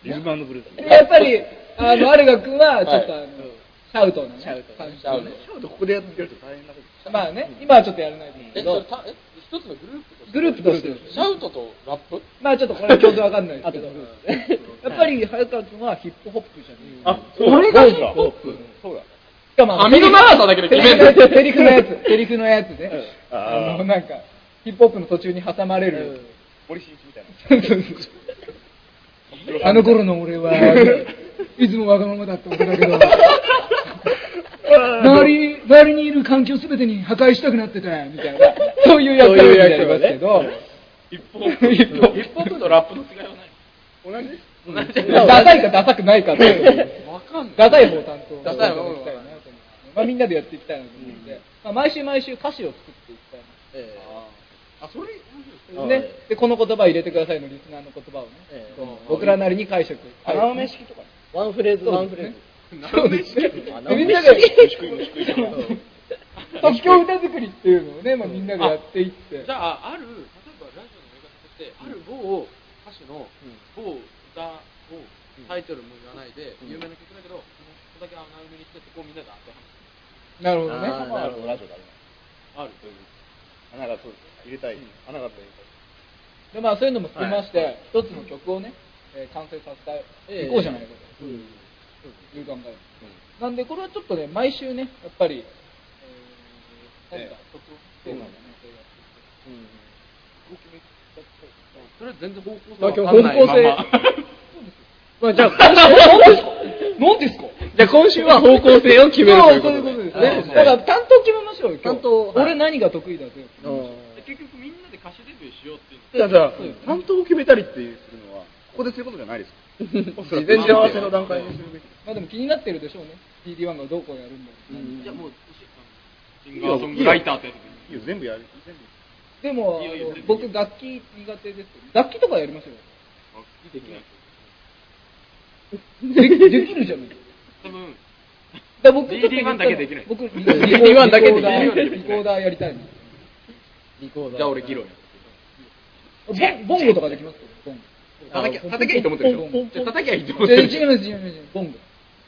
S8: リズムブルース。
S5: でやっぱり、あの、アルガ君は、ちょっと、あの、シャウトなね、シャウト。
S2: シャウト
S8: ここでやってると大変なこと。
S5: まあね、今はちょっとやらないです
S2: え、
S5: け
S2: それ
S5: ど、
S2: た、え、一つのグループとして
S5: グループとして、
S2: シャウトとラップ
S5: まあちょっとこれは共通わかんないですけど、やっぱり早川君はヒップホップじゃねえ
S8: あ、そうだ。そうそうだ。
S5: しかも
S2: 網の長さだけで
S5: セ
S2: 決めん
S5: リ
S2: の
S5: フセリフのやつ、セリフのやつね、
S8: あー
S5: あの、なんか、ヒップホップの途中に挟まれる、
S8: 森進一みたいな。
S5: あの頃の俺は、いつもわがままだった俺だ けど、周り周りにいる環境すべてに破壊したくなってたみたいな、そういうやつをやりますけど、
S8: 一方。一方。 一方とラップの違いはない。同じです。
S5: ダサいかダサくないかっていう、
S2: わかんない。
S5: ダサい方担当
S2: ダサい
S5: 方
S2: 方
S5: きたいなと思って、まあ、みんなでやっていきたいなと思うんで、まあ、毎週毎週歌詞を作っていきたいな
S2: えーあ、それ、
S5: とね、でこの言葉を入れてくださいのリスナーの言葉をね、
S2: ええ
S5: こう僕らなりに解釈、穴埋め式とか、
S2: ワンフレーズ、ワンフレーズ。
S5: そうですね、でみんなで即興歌作りっていうのをね、まあ、みんなでやっていって
S2: じ、ゃあ、ある、例えばラジオの映画として、ある某歌手の某歌をタイトルも言わないで、有名な曲だけど、この曲だけ穴埋めにしてって、こうみんなで当てはめる
S5: なるほどね、
S8: なるほど、ラジオだね。
S2: ある。
S8: 穴がそうです。入れたい。穴があったら入れたい。
S5: でまあ、そういうのも含めまして、一つの曲をね、えー完成させていこうじゃないかと。いう考えです、なんでこれはちょっとね毎週ねやっぱり、えー、何か特定のね、
S2: それ全然方向性
S5: 東京
S2: わかんない
S5: 方向性
S2: まんま
S5: まあじゃあ何ですか
S1: じゃあ今週は方向性を決める
S5: そう
S1: と
S5: そうい
S1: いううこと
S5: こと
S1: で。
S5: です
S2: あ
S5: ね
S2: ー
S5: だから担当決めましょうよ今日
S1: 担当はい
S5: 俺何が得意だぜ
S2: で結局みんなで歌手デビューしようっていう
S8: じゃあじゃあ、担当を決めたりっていうするのは、ここですることじゃないですか。事前合わせの段階にするべき。
S5: まあでも気になってるでしょうね DD1 がどうこうやるんだろうね、
S2: の。いや、もう、シ
S8: い
S2: ンガーソングライターってやつで
S8: いいよ、全部やる。全部。
S5: でもあの
S2: いやいや全然
S5: 僕楽器苦手ですけど楽器とかやりましょうよ
S2: できない。
S5: でできるじゃない
S2: 多分、
S5: だから僕ちょっと
S2: DD1 だけできない
S5: 僕
S2: DD1 だけできない
S5: リコーダーやりたいの
S2: じゃあ俺議論や。
S5: ボンボンゴとかできますボンゴ
S2: 叩きゃ、叩きゃいいと思ってるで
S5: ポ
S2: し
S5: ンポン
S2: ょじゃあ叩きゃいいと思っ
S5: 違
S2: てる
S5: う
S2: でし
S5: 違う違う違う、ボンゴ。
S2: ょ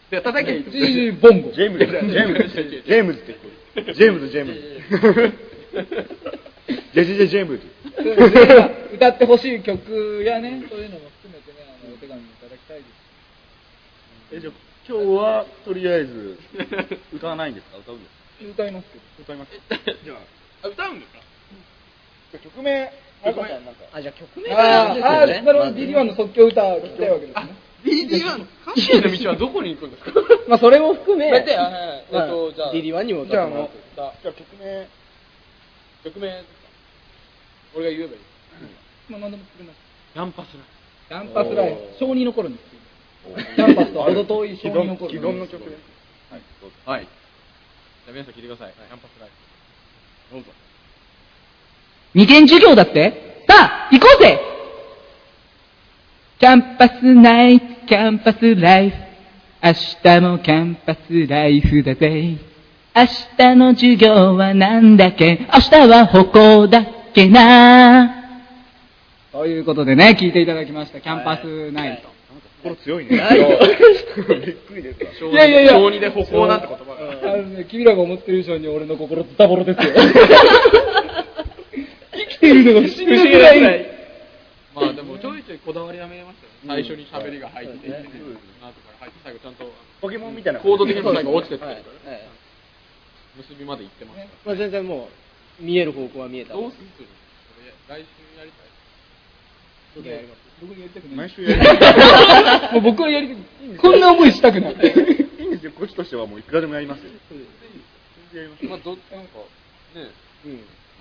S2: じゃあ叩きゃいいと思ってる
S5: 違う違うボンゴ。
S8: ジェームズ、ジェームズ、ジェームズって聞こえる。ジェームズ、ジェーム ズ。ジェジェジェジェームズ。
S5: 歌ってほしい曲やね、 そういうのも含めてね、あのお手紙いただきたいで。
S8: え、じゃあ今日は、とりあえず、歌わないんですか歌うんです
S5: 歌いますけど。
S8: すか歌います。 じゃ
S2: あ歌うんですか
S8: あ、曲名、あかちゃんなんか。
S1: あ、じゃあ曲名
S5: あ
S1: から
S5: あ、ああ
S1: ですよね。
S5: なるほど、DD1 の即興歌を聞きたいわけですね。
S2: DD1、歌手への道はどこに行くんですか
S5: まあ、それも含め、
S2: 大体、あはいはいえっと、じゃあ、
S1: DD1 にも歌
S8: じゃあ、
S1: っ
S8: あ
S1: てもらう
S8: の
S1: と。、
S8: じゃあ曲名、
S2: 曲名ですか、俺が言えばいい。
S5: まあ、何でも作ります。
S2: ナンパしない。
S5: キャンパスライフ、小2の頃に作ったキャンパスとほど遠い小2の頃
S8: 既存の曲で。
S2: はい。じゃあ皆さん聞いてください。キャンパスライフ。どうぞ。
S13: 二元授業だってさあ、行こうぜキャンパスナイト、キャンパスライフ。明日もキャンパスライフだぜ。明日の授業はなんだっけ明日は歩行だっけなということでね、聞いていただきました。キャンパスナイト。
S8: 心強いね。
S5: ないよ
S8: びっくりです。
S5: いやいやいや
S2: 小二で歩行なんて言葉が。
S5: あのね、君らが思ってる以上に俺の心ズタボロです よ。生きてるのが不思議なぐらい。
S2: まあでもちょいちょいこだわりは見えましたよね。最初に喋りが入ってきて、後から入って最後ちゃんと
S8: ポケモンみたいな。
S2: コード的にも最後落ちてったりとかね
S1: え
S2: 結びまで行ってました。
S1: えまあ全然もう、見える方向は見えた。
S2: どうするそれ来週やりたい。
S5: 僕にやりたくない
S8: 毎週やる。
S5: もう僕はやりたくない。こんな思いしたくない。
S8: いいんですよ、こっちとしてはもういくらでもやりますよ。
S2: まあどなんかね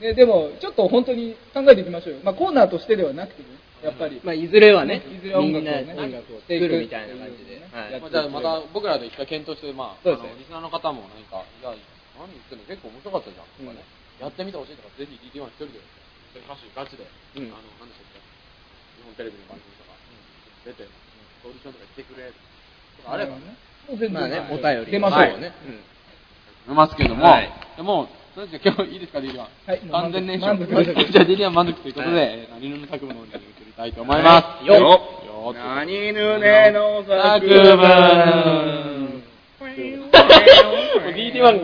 S5: ね、でも、ちょっと本当に考えていきましょうよ。まあ、コーナーとしてではなくてね、やっぱり。
S1: まあいずれはね、
S5: いずれは音楽をね
S1: みんな音楽を作るみたいな感じで。はい
S2: まあ、じゃあまた僕らで一回検討して、まあ、あ
S1: そう
S2: の
S1: ですね
S2: リスナーの方も何か、いや、何言ってんの結構面白かったじゃんとかね、やってみてほしいとか、ぜひ DT1 一人で、一人歌手ガチで、
S1: うん
S2: あの、何でしたっけ、日本テレビの番組とか、出て、オーディションとか行ってくれとか、あればね、
S5: もう全
S1: ま
S5: 然。
S1: あね、お便り。
S5: 出ましょうね。
S2: 思いますけども、
S1: はい
S2: でも、とりあえず今日いいですか、DT1。
S5: はい
S2: 完全燃
S5: 満
S2: 焼。
S5: 足満 足
S2: じゃあ DT1 満足ということで、
S1: は
S2: えー何の作務の方に移りたいと思います。
S1: よ
S2: よ
S8: 何ぬねの
S2: 作
S8: 文
S2: 文。DT1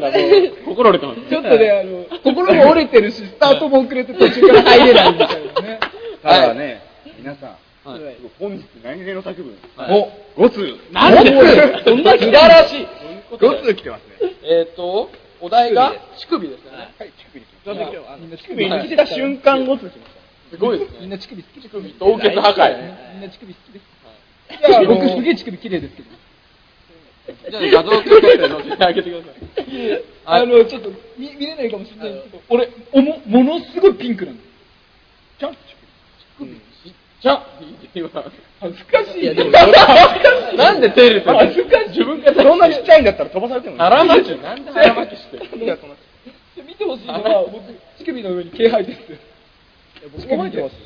S2: がもう、心折れてますね
S5: ちょっとね、あの、心も折れてるし、スタートも遅れて途中から入れないみたいなね。
S8: ただね、皆さん、
S2: はい
S8: 本日何ぬの作文、
S2: はい
S8: お5通。
S2: なんでそんな素晴らしい。
S8: 5通来てますね。
S2: えっと、お題が乳首ですね。
S8: はい、乳首来て
S5: だって今日、みんな乳首
S2: はい
S5: 握った瞬間ごつきまし
S2: すごいです
S5: た。
S2: ね。
S5: みんな乳首好き。
S2: 乳首凍結破壊。
S5: みんな乳首好きです。いや、僕すげえ乳首綺麗ですけど。
S2: じゃあ画像を撮って載せてあげてください。
S5: あの、ちょっと見見れないかもしれないですけど、俺、おも、ものすごいピンクなんです。ちゃん
S2: じゃあ、今、
S5: 恥ずかしい。
S2: なんで手入れてるの
S5: 恥ずかしい。自分が
S8: そんなちっちゃいんだったら飛ばされても
S2: 腹巻き、なんで腹巻きしてる
S5: 見てほしいのは、僕、乳首の上に毛生えてるんですよ。僕覚えてます。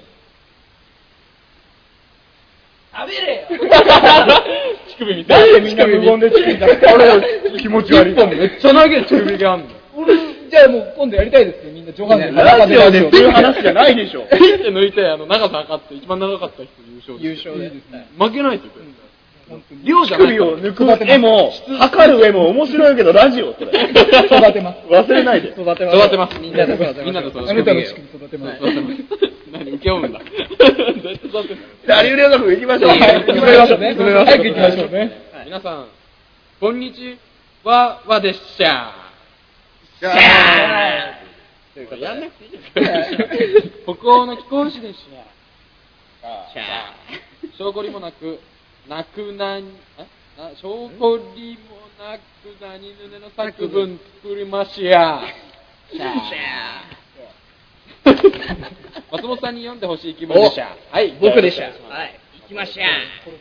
S5: 食べれよ
S2: 乳首み
S8: な
S2: たい
S8: んでみんな無言で乳首出して俺気持ち悪い。
S2: めっちゃ投げる乳首があんの。
S5: 俺、じゃあもう今度やりたいですね、みんな上半身。
S8: ラジオでそういう話じゃないでしょ。
S2: ピッて抜いて、あの、長さ測って、一番長かった人優勝です。
S5: 勝ですね。
S2: 負けないですよ、これ
S8: 乳首を抜く絵も、測る絵も面白いけど、ラジオそれ。
S5: 育てます。
S8: 忘れないで。
S5: 育てます。
S2: 育てます。みんなで
S5: 育てます
S2: みんなで育てます。
S5: あなたの乳首育てます。
S2: 何、受け負うんだ。絶対育てない。
S8: じゃあ、アリウレオ学行きましょう。
S5: はい行きましょうね。早く行きましょうね。
S2: 皆さん、こんにちは、わでっしゃ
S8: じゃあ
S2: ー。やんなくていい ですよ。北欧の貴公子でっしゃー。証拠りもなく、なくなに、えな証拠りもなく、なにぬねの作文作りましやー。 松本さんに読んでほしい気分でしゃー。はい、
S1: 僕でした。
S2: お願いし
S1: はい。行きま
S2: ます
S1: しょ
S2: えー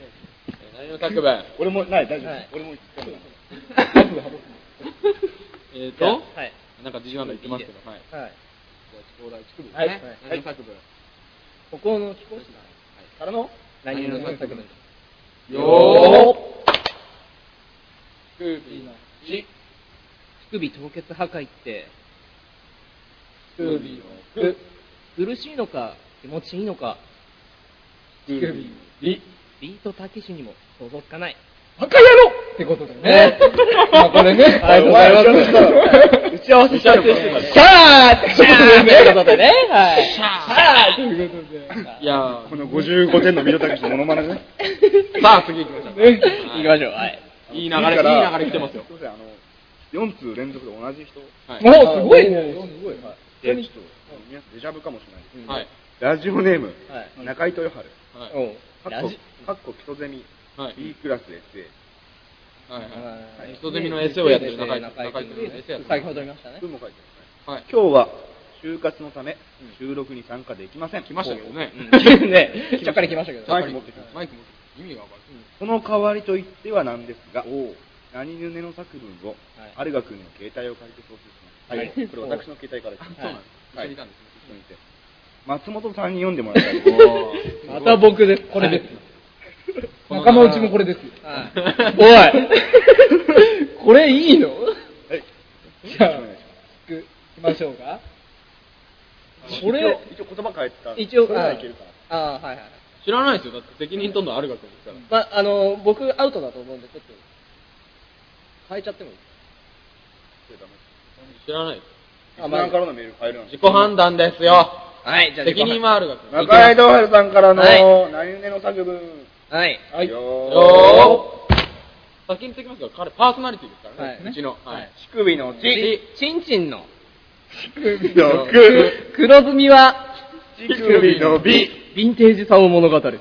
S2: 何の作文
S8: 俺も、ない、大丈
S1: はい
S8: 夫。俺も、
S2: えっ
S1: う。
S2: と、
S1: はい。
S2: なんか自信あるの言ってますけど、はい。
S1: はい。
S2: はい。
S1: は
S2: 何
S1: い
S2: の作文
S1: 歩行の貴公子からの何
S2: 何
S1: 々
S2: の
S1: の
S2: 作
S1: 作
S2: 文
S1: 文。
S2: よーくびのじ、
S1: 乳首凍結破壊って、
S2: くびのく、
S1: 苦しいのか、気持ちいいのか、
S2: くびのり。
S1: ビートたけしにも想像つかない。
S5: バカ野郎ってことでね。まあこれね。ありがとうございます。打ち合わせしちゃうシャーってことでね。
S1: ということでね、はい。
S5: シャーということで。
S2: いやー
S8: この55点のミドタケシのモノマネね。
S2: さあ次行きましょう。
S1: 行きましょう。はい。
S2: い
S8: い
S2: い流れ、いい
S8: いから
S2: 流れ来てますよ
S8: す。いません、あの、4通連続で同じ人。
S2: はい。
S5: もうすごいね。
S8: で、ちょっと、皆さんデジャブかもしれないですね。
S2: はい。
S8: ラジオネーム、
S1: はい
S8: 中井豊春。
S2: はい。
S1: ラジ
S8: かっこ基礎ゼミ、
S2: はい。
S8: B クラス SA。
S2: はい。は
S1: はい
S2: い。人ゼミのエッセイをやってる中井中井君のエッセイやってる。
S1: 先ほど見ましたね。
S8: 文も書いてますね。
S2: はい。
S8: 今日は
S4: 就活のため、収録に参加できません。
S2: 来ましたけどね
S4: うん ね
S2: ちゃっかり来ましたけど
S4: マイク持ってきました
S2: マイク持ってきた意味がわかる
S4: その代わりと言ってはなんですが、何ぬねの作文を、
S2: はい
S4: 有賀君の携帯を借りて送集します。
S2: はい
S4: これ私の携帯からです。
S2: そうなんです
S4: は
S2: 一緒
S4: い
S2: にいたんですね
S4: 一緒にいて松本さんに読んでもらいたいと思いす。
S5: また僕です。これです。仲間内もこれですよ。
S4: はい
S5: おいこれいいの
S4: はい。
S5: じゃあ、聞きましょうか。これ、
S4: 一応言葉変えてた。
S1: 一応
S4: これならいけるか
S1: あ
S4: な。
S1: あ、はいはい。
S2: 知らないですよだって責任取るのは有賀君ですから
S1: まあ、あの、僕アウトだと思うんで、ちょっと、変えちゃってもいい
S2: 知らないです
S4: あ、まあ、からのメール変えるなんて
S2: 自己判断ですよ
S1: はい、じゃあ自己
S2: 責
S1: 判断
S2: 任は有賀君
S4: 中井道春さんからの、
S1: はい
S4: 何々の作文。
S1: はい。
S4: はい。よ
S2: よー先に言ってきますけど彼パーソナリティですからね、
S1: はいう
S2: ちの、はい、
S4: ー。乳首の
S1: ち
S4: ち。、
S1: ちんちんの。
S4: のく。
S1: 黒ずみは、
S4: 乳首のび。
S1: ヴィンテージさを物語る。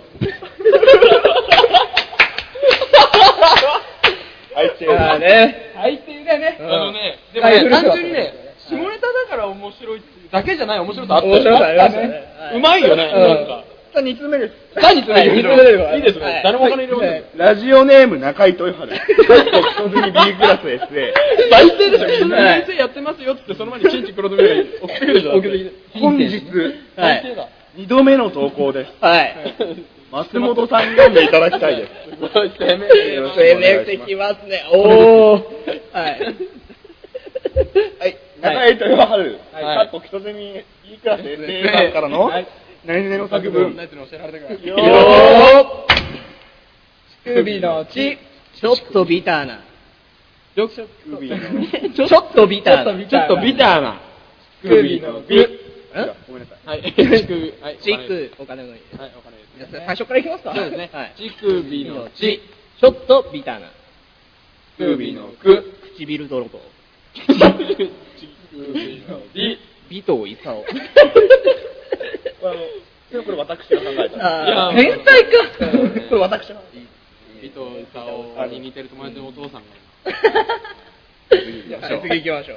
S4: はい、チ ェ
S1: ああ
S4: ー
S1: ね。
S5: 最低だね。
S2: あのねでも
S5: はい
S2: ね単純にね下ネタだから面白いっていうだけじゃない面白さあったよ
S1: 面白さありました
S2: ね
S1: ね。はいう
S2: まいよね、
S5: ん
S2: なんか
S4: さあ、2つ目です。
S5: 何につめる
S2: いいですね、誰もお金入れません、
S4: ラジオネーム中井豊春。基本的に B クラス SA。
S2: 最低でしょ、水野先生やってますよって言って、その前にチンチ黒染めが送ってくるでしょ。
S4: 本日、
S2: 最低だ。
S4: 2度目の投稿です。
S1: はい。
S4: 松本さんに読んでいただきたいです。
S2: すごい、攻め
S4: よろしくお
S1: 攻
S4: 願
S1: め
S4: いしてま
S1: きますね。おー。はい。
S4: はい、中井豊春、
S2: はい
S4: かっこ人ゼミ B クラス SA さんからの、
S2: はい
S4: 何々の作文。
S2: ナイツに教えられたから。
S4: よ
S5: 乳首の血。
S1: ちょっとビターな。
S4: ー首の、
S1: ちょっとビターな。
S2: ちょっとビターな。
S4: 首のび。
S1: ん
S4: ごめんなさい。
S2: はい、乳首、はい、
S1: チック、お金のいい。
S2: はい、お金で
S1: 最
S2: す。
S1: 初からいきますかそうですね。はい。
S2: 乳首の
S1: ちょっとビターな。
S4: 首のく。
S1: 唇泥 棒。
S2: 乳首の
S1: ビ、ビトイサオ。
S4: これあのそれこれ私が考えた。
S1: あー
S2: いや
S1: 変態
S2: うん
S1: か。これ私の。
S2: 尾藤勲に似てる友達のお父さんが
S4: 行きましょう
S1: はい次行きましょう。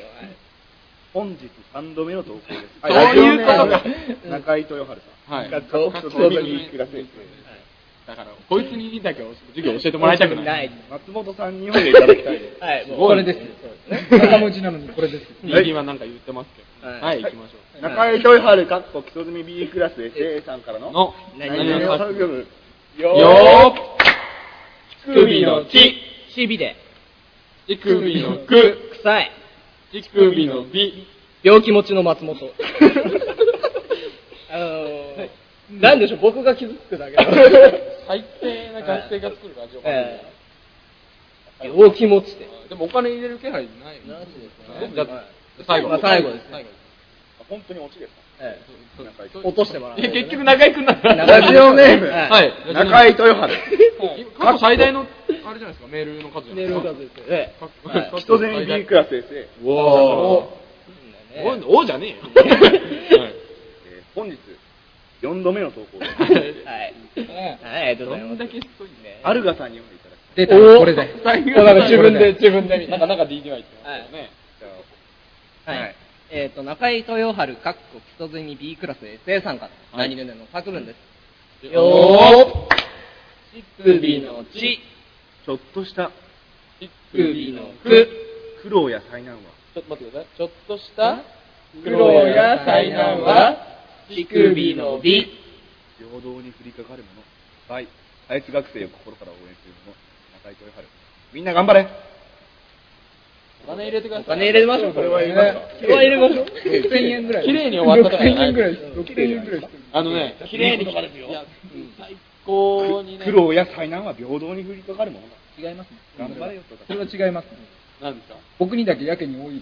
S4: 本日3度目の投稿です。
S2: そういうこと
S4: と中井豊春さん。
S2: はい
S4: かっこ人ゼミ B クラス SA。
S2: いたから、こいつにだけ授業教えてもらいたくない。
S4: 松本さんに読んでいただきたいです。
S1: はい、もう。
S5: これですよ。仲間内なのにこれですよ。
S2: 右はなんか言ってますけど。
S1: はい
S2: はい、行きましょう。
S4: 中井豊春かっこ基礎組 B クラス SA さんからの
S2: の、
S4: 何々の作業
S2: よ
S4: よ
S2: ー首のち、
S1: シビで。
S2: 乳首のく、
S1: 臭い。
S2: 乳首のび、
S1: 病気持ちの松 本。あのー、なんでしょう、僕が傷つくだけだ。
S2: 最低な学生が作るラジオ番組
S1: ええ病気持ちで。
S2: でもお金入れる気配ない。なしですね。じゃあ、最後。
S1: まあ最後ですね
S2: 最後
S4: 本当に落ちですか
S1: え
S2: そうそう
S1: え落としてもらう
S2: いや、結局中居くんなんだ。
S4: ラジオネーム、
S1: は
S2: はい。
S4: 中井 豊春。
S2: 過去最大の、あれじゃないですか、メールの数じゃない
S1: ネイ
S2: です
S1: ル
S2: か。
S1: 数ですよ。ええ
S2: はい
S4: 基礎ゼミ B クラス SA。
S2: おお
S1: ね
S2: ー。おおじゃねえよ。はい
S4: えー本日4度目の投稿です。
S1: はい。
S5: ね
S1: はい、ありがとうござ
S2: ど
S1: いま
S2: ん
S1: す
S2: だ。けしつこいんだよ。
S4: アルガさんに読んでいただき
S5: 出た、これだよ。
S2: なんか自分で、
S5: 自分で。
S2: なんか、なんか DDY 言ってますよね。
S4: たい。
S1: はい。えっと、中井豊春、かっこ基礎済み B クラス SA さんから、
S2: はい
S1: 何々の作文です。
S2: よ
S1: 首の血、
S4: ちょっとした
S2: ー
S1: 首の
S2: く。
S4: 苦労や災難は、
S2: ちょっと待ってください。ちょっとした
S5: 苦労や災難は、
S1: 乳首の美、
S4: 平等に降りかかるもの、はい、あいつ学生を心から応援するもの、中井豊春。みんな頑張れ
S2: お金入れてください。
S1: お金入れましょう、これは。これは入れましょう。
S5: 6000円ぐらい。
S2: 綺麗に終わったから
S5: 6000円ぐらいです。6000円ぐらいです。
S2: あのね、綺麗に。いや、最高にね。
S4: 苦労や災難は平等に降りかかるものだ。
S5: 違いますね。
S4: 頑張れよとか
S5: そ。れは違いますね。
S2: なんですか
S5: 僕にだけやけに多い。
S1: い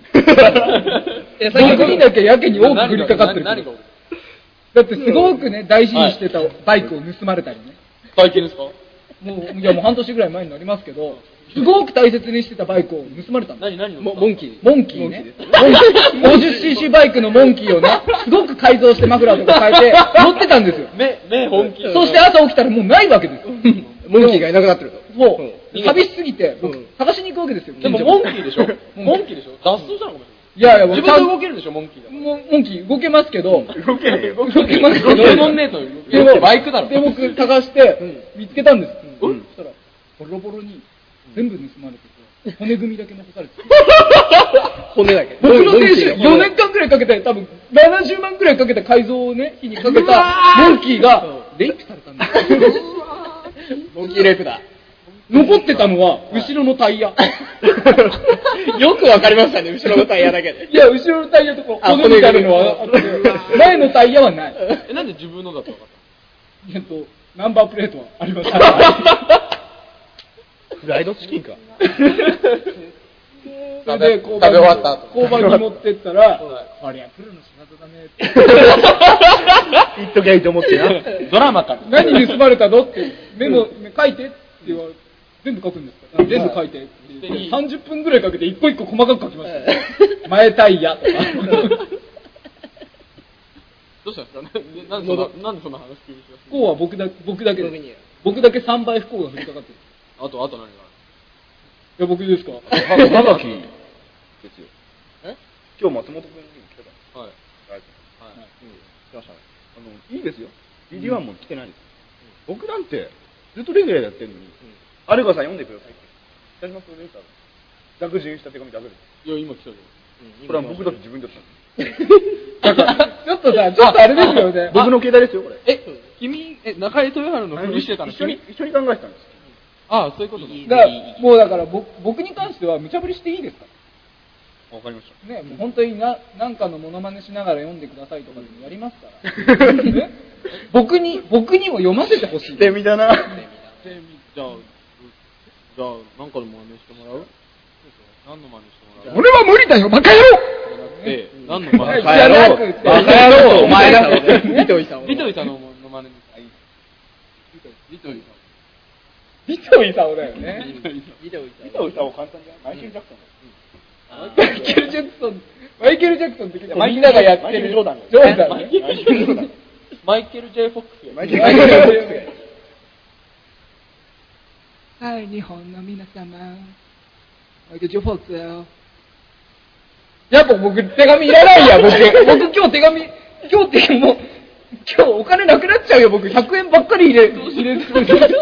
S1: やさっき
S5: 僕にだけやけに多く降りかかってる
S2: 何が。
S5: だってすごくね、大事にしてたバイクを盗まれたりね。
S2: 体験ですか
S5: もう、いやもう半年ぐらい前になりますけど、すごく大切にしてたバイクを盗まれたんです。
S2: 何、何の
S1: モモンキー。
S5: モンキーね。モンキー 50cc バイクのモンキーをね、すごく改造してマフラーとか変えて、乗ってたんですよ。
S2: 目、目本気。
S5: そして朝起きたらもうないわけですよ。
S1: モンキーがいなくなってると。
S5: も
S1: うん
S5: う、寂しすぎて、僕探しに行くわけですよ。
S2: でも、
S5: 近所
S2: モンキーでしょモンキーでしょ脱走じゃんかもしれない。
S5: いやいや、
S2: 自分で動けるでしょ、モンキーだから。
S5: モンモンキー動けますけど、
S2: 動けねえよ
S5: 動けますけ
S2: 動
S5: ど、
S2: けもんねえという
S5: で
S2: い
S5: も、
S2: やバイクだろ
S5: で、僕探して、見つけたんです。そしたら、ボロボロに、全部盗まれてて、骨組みだけ残されてて。
S2: 骨だけ。
S5: 僕の選手、4年間くらいかけて、多分70万くらいかけて改造をね、火にかけ
S2: うわ
S5: た
S2: ー
S5: モンキーが、レイプされたんですよ。
S2: モンキーレープだ。
S5: 残ってたのは、後ろのタイヤ。
S2: よくわかりましたね、後ろのタイヤだけで。
S5: いや、後ろのタイヤとこう骨みたいなのはあって
S2: うわー
S5: 前のタイヤはない。
S2: え、なんで自分のだと分かっ
S5: えっと、ナンバープレートはあ りません。
S2: たフライドチキンか。
S5: それで
S2: 食べ
S5: 交番に
S2: 食べ終わった後
S5: 交番に持ってったら、あれはプロの仕事だねって。
S8: 言っときゃいいと思ってな。
S2: ドラマか。
S5: 何盗まれたのって、メモ、書いてって言われて、全部書くんですから。全部書いてって言って。30分ぐらいかけて一個一個細かく書きました。前タイヤ とか。
S2: どうしたんですかねなんでそんな、なんでそんな話急にしま
S5: 不
S2: す
S5: 幸は僕だ僕だけです僕だけ3倍不幸が降りかかってる。
S2: あと、あと何が
S5: いや、僕ですか
S4: はがきですよ。
S2: え
S4: 今日松本君に来てた。
S2: はい。
S4: ライ
S2: は
S4: ブ
S2: い。
S4: 来ましたね。あの、いいですよ。DD1 も来てないです。僕なんて、ずっとレギュラーやってるのに、アルガさん読んでくださいって。北島プロデューサーが、学人した手紙だけです。
S2: いや、今来たけど。
S4: これは僕だって自分だったん
S5: ちょっとさ、 ちょっとあれですよね。
S4: 僕の携帯ですよ、これ。
S2: え、君、え、中井豊春のふりしてたの
S4: 一緒に、一緒に考えてたんです。
S2: ああ、そういうことか。
S5: だからもうだから僕僕に関しては無茶ぶりしていいですか
S4: わかりました。
S5: ね、もう本当にななんかのモノマネしながら読んでくださいとかでもやりますから、ね僕に僕にも読ませてほしい
S4: 捨て身だな。
S2: じゃあ、うじゃあ、なんかの真似してもらう何の真似してもらう
S12: 俺は無理だよ、バカ野郎
S2: え、何の真似
S5: じゃなくて
S4: バカ野郎、お前だ。
S2: リトイさん。リトイさんのものまねです。リトイ
S5: リトイさんだよね
S2: さん。リトイさん。
S4: 歌歌を簡単じゃないマイケル・ジャクソンだよ
S5: マイケル・ジャクソンマイケル・ジャクソンって聞いて
S4: マイ
S5: み
S4: ケ
S5: ん
S4: ル
S5: ながやってる
S4: マイケルジョーダン
S5: ジョーダンね
S4: マイケルジョーダン
S2: マイケル・ J ・フォックスよ
S4: マイケル・ジャクソンだよ
S13: はい、日本の皆様。マイケル・ジョフォークだよ。
S5: やっぱ僕手紙いらない や僕僕今日手紙今日手紙もう今日お金なくなっちゃうよ僕100円ばっかり入れ入れて る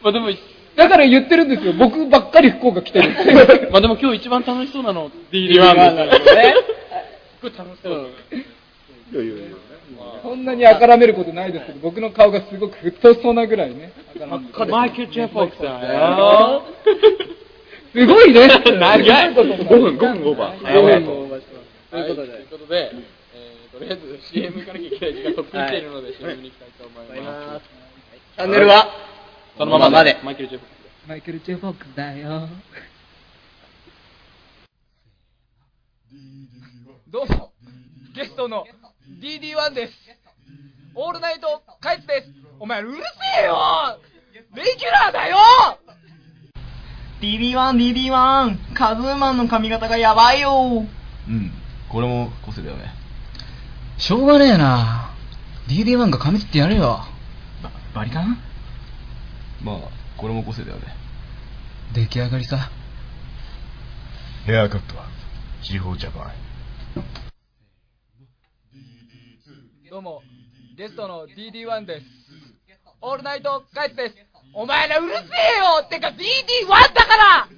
S2: まあでも、
S5: だから言ってるんですよ僕ばっかり不幸が来てるっ て
S2: まあでも今日一番楽しそうなの、D1
S5: D1
S2: だ
S5: なんだね
S2: すごい楽しそう。
S4: いやいやいや
S5: そんなにあからめることないですけど、僕の顔がすごく沸騰しそうなぐらいね。
S2: マイケル・ジェフォックスだよ
S5: よ。すごい ね。
S2: 長い
S4: 5分、5分オーバー。
S2: 早い
S4: オーバー
S2: ということで、ということで、えーとりあえず CM 行かなきゃいけない時間とっくに来ているので CM に行きたいと思います。
S3: チャンネルは
S2: そのままで、マイケル・ジェフォックス。
S13: マイケル・ジェフォークだよ。
S5: どうも、ゲストの DD1 です。オールナイトカイツです。お前、うるせえよレギュラーだよ
S14: DD1、DD1、カズーマンの髪型がやばいよ。
S15: うん、これも個性だよね。
S12: しょうがねえな DD1 が髪切ってやれよ。バリカン
S15: まあ、これも個性だよね。
S12: 出来上がりさ。
S10: ヘアカットは、地方ジャパン。
S5: どうも、ゲストの DD1 です。オールナイトカイツです。お前らうるせえよてか DD1 だから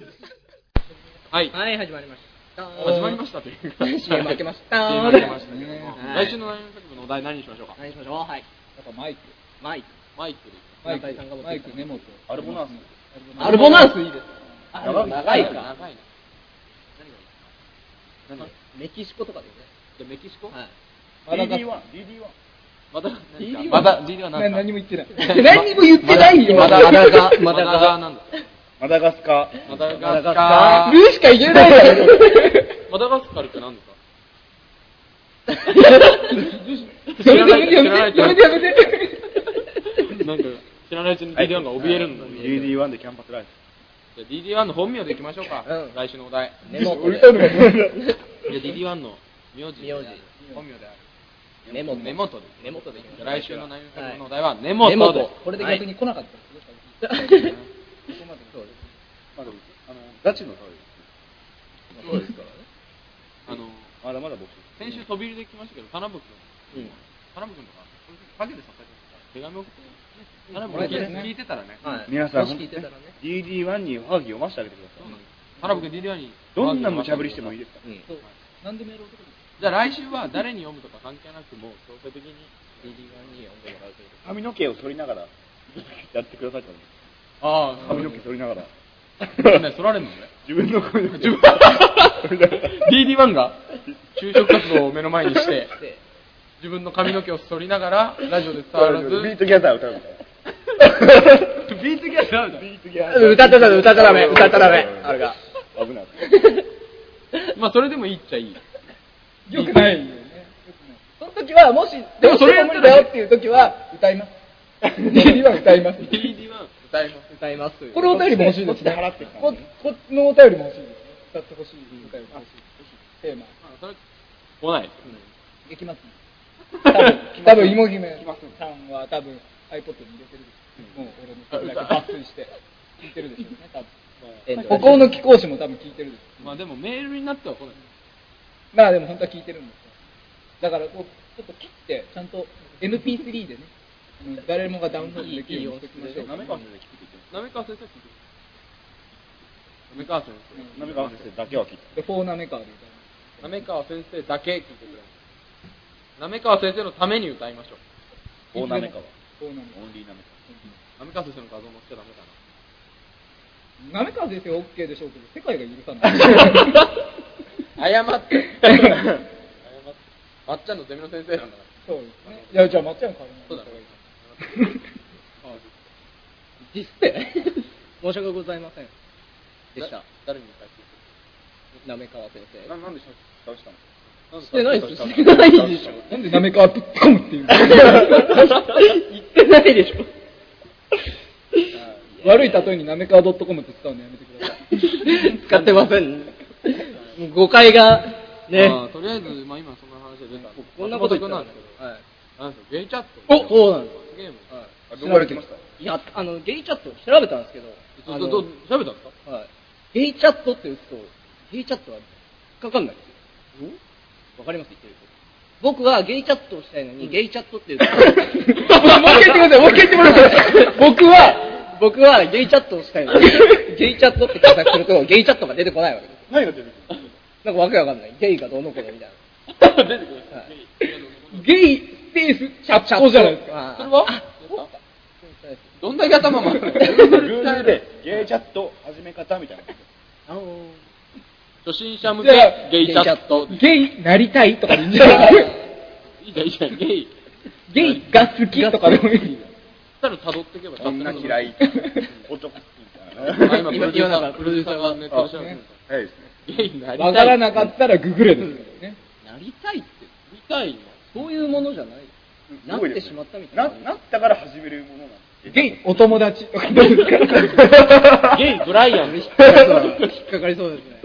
S2: はい。
S1: はい、始まりました。
S2: 始まりましたというか
S1: CM 開けました。
S2: CM 開けましたけども
S1: はい
S2: 来週の内容作文のお題何にしましょうか。
S1: 何しましょうはい。
S5: やっぱマイク。
S1: マイク。
S2: マイクで。
S5: マイ
S1: 中井
S5: ク
S1: さんが持、って
S5: マイ
S1: きた
S5: ク根本。
S4: アルボナース。
S1: アルボナース
S5: いいです。
S1: あ
S4: 長い
S1: 長いか。
S2: 長いね。何がいい
S1: メキシコとかでね。
S2: じゃあメキシコ
S1: はい。
S4: DD1、DD1。
S2: まだ、
S5: ま
S2: ま
S5: だ
S2: だ、DD は何。
S5: な何も言 ってない何にも言ってないよ。
S2: まだ、まだが、まだ
S5: まだが
S2: がなんだ。
S4: マダガスカ
S2: マダ
S4: マ
S2: ガ
S4: ダ
S2: ス
S4: ガ
S2: カ
S4: スカ
S2: ー。
S5: ルーしか言えないからね
S2: マダガスカルって何ですか
S5: やめてやめてやめてやめてやめて。
S2: なんか、知らないうちに DD1 が怯えるんだね。
S4: DD1 でキャンパスライ
S2: じゃあ DD1 の本名でいきましょうか。来週のお題。
S1: メモ
S4: 俺との
S2: じゃあ DD1 の名字。
S1: 名字
S2: 本名である。
S1: メモ
S2: 根本で。
S1: 根本でいきまし
S2: じ
S1: ょ
S2: ゃ
S1: う
S2: あ来週の内容作文のお題
S1: は
S2: は根本
S1: 根
S2: で
S1: 本。
S5: これで逆に来なかった。
S1: い
S4: ス。まあでも、あの、ガチの通りです。
S1: そうですからね。
S4: まだまだ募集
S2: 先週飛び入りで来ましたけど、田辺君、うん、田辺君とか、陰で支えてた手紙送って、田辺君聞いて聞いてたらね、
S4: 皆さん、
S2: もし
S4: 本
S2: 聞いて
S4: 当
S2: た
S4: ね
S2: らね、
S4: DD1 におはがき読ませてあげてください。
S2: 田辺君、DD1 に、
S4: どんな無茶ぶりしてもいいですから。
S2: うん
S5: そうなんでメール送るの
S2: じゃあ来週は誰に読むとか関係なく、もう強制的に DD1 に読んでもらうということ
S4: 髪の毛を剃りながら、やってくださいって
S2: ああ
S4: 髪の毛剃りながら。
S2: ね、剃られるのね。
S4: 自分の髪の毛。
S2: 自分 DD1 が就職活動を目の前にして、自分の髪の毛を剃りながら、ラジオで伝わらず、
S4: ビートギャザー歌うみたいな。
S2: ビートギャザーだ。
S1: 歌ったらダメ歌ったらダメ歌ったらダメあれが
S4: 危ない。
S2: まあ、それでもいいっちゃいい。
S5: よくないよね。その時は、もし、
S2: でもそれやって
S5: 無
S2: た
S5: 理
S2: ら
S5: だよっていう時は、歌い ます。DD は歌います。
S2: DD1 歌います。
S1: 歌いますという
S5: これお便りも欲しいですね。
S4: こっちで払ってきた
S5: ここっちのお便りも欲しいです。歌ってほしい。歌い欲しい。テーマ。
S2: まあそれ来ない。
S5: できます ね。多分、多分、芋姫さんは多分 iPod に入れてるでしょ。もう俺の曲だけ抜粋して、聞いてるでしょうね、多分。
S1: まあ
S5: 歩行の貴公子も多分聞いてるでしょ
S2: まあでもメールになっては来ない。
S5: まあでも本当は聞いてるんですよ。だからこう、ちょっと切って、ちゃんと MP3 でね、あの誰もがダウンロードできるようにしておきましょう。
S2: 滑川先生聞いてて。滑川先生聞いてて。滑川先生。
S4: 滑川先生だけは聞いて。
S5: で、フォーナメカーで歌い
S2: 滑川先生だけ聞いてくれます。滑川先生のために歌いましょう。
S4: 大なめかは。
S5: ます。フォーナメカ
S4: オンリーなめか。
S2: 滑川先生の画像載せちゃダメだな。
S5: ー。ナメカー先生は OK でしょうけど、世界が許さない。
S2: 謝 って。謝って。まっちゃんのゼミの先生なんだから。
S5: そうですね。いや、じゃあ、まっちゃんからね。
S2: そうだね。
S1: ディスって申し訳ございません でした
S2: だ誰に対して
S1: なめかわ先
S4: な
S1: 生
S4: なんでし倒したの
S1: してないですしてないでしょ
S5: なんでナメカーぶっ込むっていうの
S1: 言ってないでしょ
S5: 悪い例えにナメカー .com って使うのやめてください。
S1: 使ってませんもう誤解が
S2: まあ
S1: ね
S2: とりあえず、まあ、今そんな話で出たんで、
S1: こんなこと言った
S2: 松本君なん
S1: ら
S2: ですけど、
S1: はい
S2: なんですよ、ゲイチャット。
S1: おそうなんですよ
S2: 罰ゲーム。
S4: あどこから来ました
S1: いやあのゲイチャット調べたんですけど
S2: ちょ
S1: あ
S2: っ
S1: の
S2: と、どう、調べたんですか
S1: はい、ゲイチャットって打つと、ゲイチャットは引っかかんないんですよ。わかります言ってること僕はゲイチャットをしたいのに、ゲイチャットって打つと。
S5: もう一回言ってくださいもう一回言ってください
S1: 僕は、僕はゲイチャットをしたいのに、ゲイチャットって検索すると、ゲイチャットが出てこないわけです。
S4: 何が出てくる
S1: なんかわけわかんない。ゲイがどうのこうのみたいな。
S2: 出てくる。
S5: ゲイスペースチャットじゃないですか。
S1: か
S2: それはどんだけ頭回る
S4: Google でゲイチャット始め方み たいな。
S1: あのー
S2: 初心者向
S5: じゃ
S2: け
S5: あ
S2: ゲイチャット。
S5: ゲイなりたいとかでいいんじゃない
S2: いいじゃん、いいじゃん、ゲイ。
S5: ゲイが好きとかでもいい。
S2: たら辿っていけば、
S4: 女嫌い。おちょこみたい
S2: あ。
S4: な。
S2: 今、プロデューサーが、プロデューサーがネットで調べてる
S4: 早いですね。
S2: ゲイになりたい。
S5: わからなかったらググれですけどね。
S1: なりたいって、
S2: 見たいの
S1: そういうものじゃない。
S4: すごいですね
S1: なってしまったみたいな
S4: なったから始めるものなんです
S5: ゲイお友達とかどうですか
S2: ゲイ、ブライアンに。
S1: 引っかかりそうですね。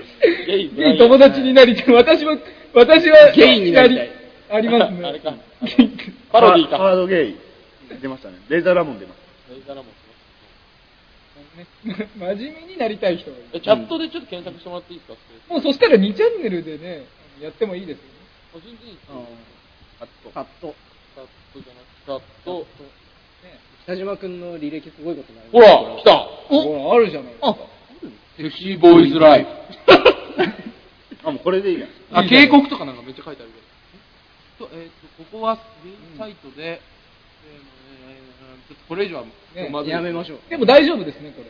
S2: ゲイ、ブライア
S5: ゲイ
S2: ン。
S5: 友達になりたい。私は、私は、
S1: ゲイになりたい
S5: ありますね。
S2: あれか
S5: ゲイ
S2: パロディーか。
S4: ハードゲイ。出ましたね。レーザーラモン出まし
S2: レイザーラモンね
S5: ね真面目になりたい人がいる。
S2: えチャットでちょっと検索してもらっていいですか
S5: もうそしたら2チャンネルでね、やってもいいですよね。
S2: 個人的に、チ
S4: た。あっと
S1: カット。
S2: ャットじゃなくて、チャット。
S1: 北島君の履歴すごいことになり
S2: ほら、来た
S5: おあるじゃないですか。
S2: セクシーボーイズライフ。
S4: あ、もうこれでいいや。
S2: あ、警告とかなんかめっちゃ書いてあるけど。とえっ、と、ここは、ゲイサイトで、えーちょっとこれ以上は、
S5: ね
S2: まずい
S1: やめましょう。
S5: でも大丈夫ですね、こ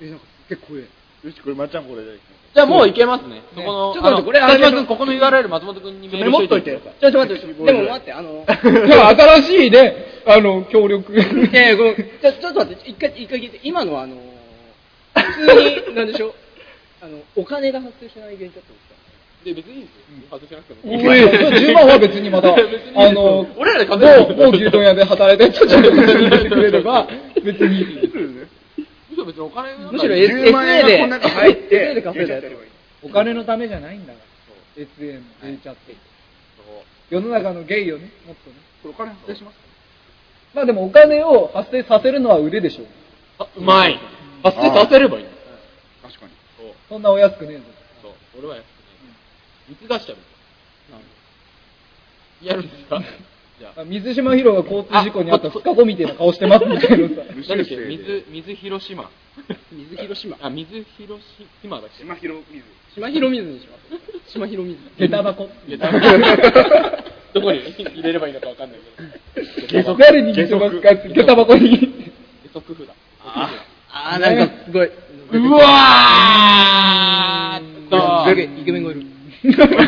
S5: れ。
S2: え、なんかすっげえ怖え。
S4: よし、これまっちゃんこれで。
S2: じゃあもういけますね。そこの、
S1: ちょっと待って
S2: あの
S1: これ
S2: 松本君、ここの URL 松本君にメールしといて。
S1: ちょっと待って、でも待って、あの、
S5: でも新しいね、あの、協力。
S1: いやいや、ごめん。ちょ、ちょっと待って、一回、一回聞いて、今のはあのー、普通に、なんでしょう、あの、お金が発生しない現象ってこと
S2: で、別にいいですよ。外しなくて
S5: お
S2: も。
S5: い、10万 は別にまた、あの、
S2: 俺らで勝て
S5: 某
S2: る
S5: 某牛丼屋で働いた人たちに入れてくれれ ば、別にいいです。
S2: 嘘別にお金
S1: むしろ S-
S4: 10万
S1: SA
S4: 円が
S1: で、
S4: この中入っ
S1: SA で
S4: て、
S1: 稼いだやつ
S4: ゲイチャットやればいい
S5: お金のためじゃないんだから、SN、出ちゃって。世の中のゲイをね、もっとね。
S4: これお金発生しますか
S5: まあでもお金を発生させるのは腕でしょう。
S2: あうまい。発生させればいいの。
S4: 確かに。
S5: そんなお安くねえぞ。
S2: そう。俺はやってね。いつ出しちゃうやるんですかじゃあ
S5: あ水島ヒロが交通事故に遭った2日後みたいな顔してますみたいな さ
S2: 何だっけ水、水広島。
S16: 水広島。
S2: あ、水広島だっけ
S4: 島広水。
S16: 島広水にします。島広水。
S5: 下駄箱。
S2: 下駄箱どこに入れればいいのかわかんないけど。
S5: 誰に見せますか下駄箱に。
S2: 下足札。
S16: ああー、なんかすごい。
S2: うわーっと。
S16: イケメンイケメンがいる。
S5: 気持ち悪い。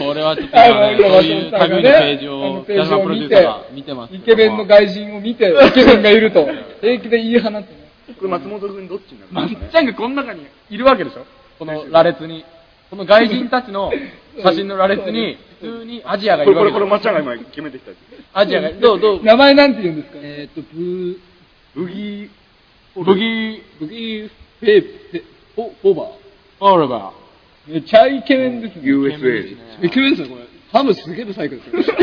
S3: これ はちょっと今ね、そういう類のページ
S5: あの
S3: を、
S5: ページを
S3: プロデュ
S5: 見
S3: ーサ
S5: て
S3: ーが見てますけ
S5: イ
S3: ど。
S5: ケメンの外人を 見て、イケメンがいると、平気で言い放ってね。
S4: これ松本君どっちにな
S16: ま
S4: る
S16: っちゃんがこの中にいるわけでしょ
S3: この羅列に、この外人たちの写真の羅列に、普通にアジアがい
S4: これ
S3: る
S4: こ
S3: わけです
S4: れこれまっちゃんが今決めてきたやつ
S3: アジアが、どうどう、
S5: 名前なんて言うんですか
S16: えーっと、ブー、
S4: ブギー
S3: ブギー、
S16: ブギー、フェー、フェフォフォーバ
S3: オールバ
S5: めっちゃイケメンですね。
S4: USA
S16: ー。イケメンですね、これ。ハムすげえブサイクですよ。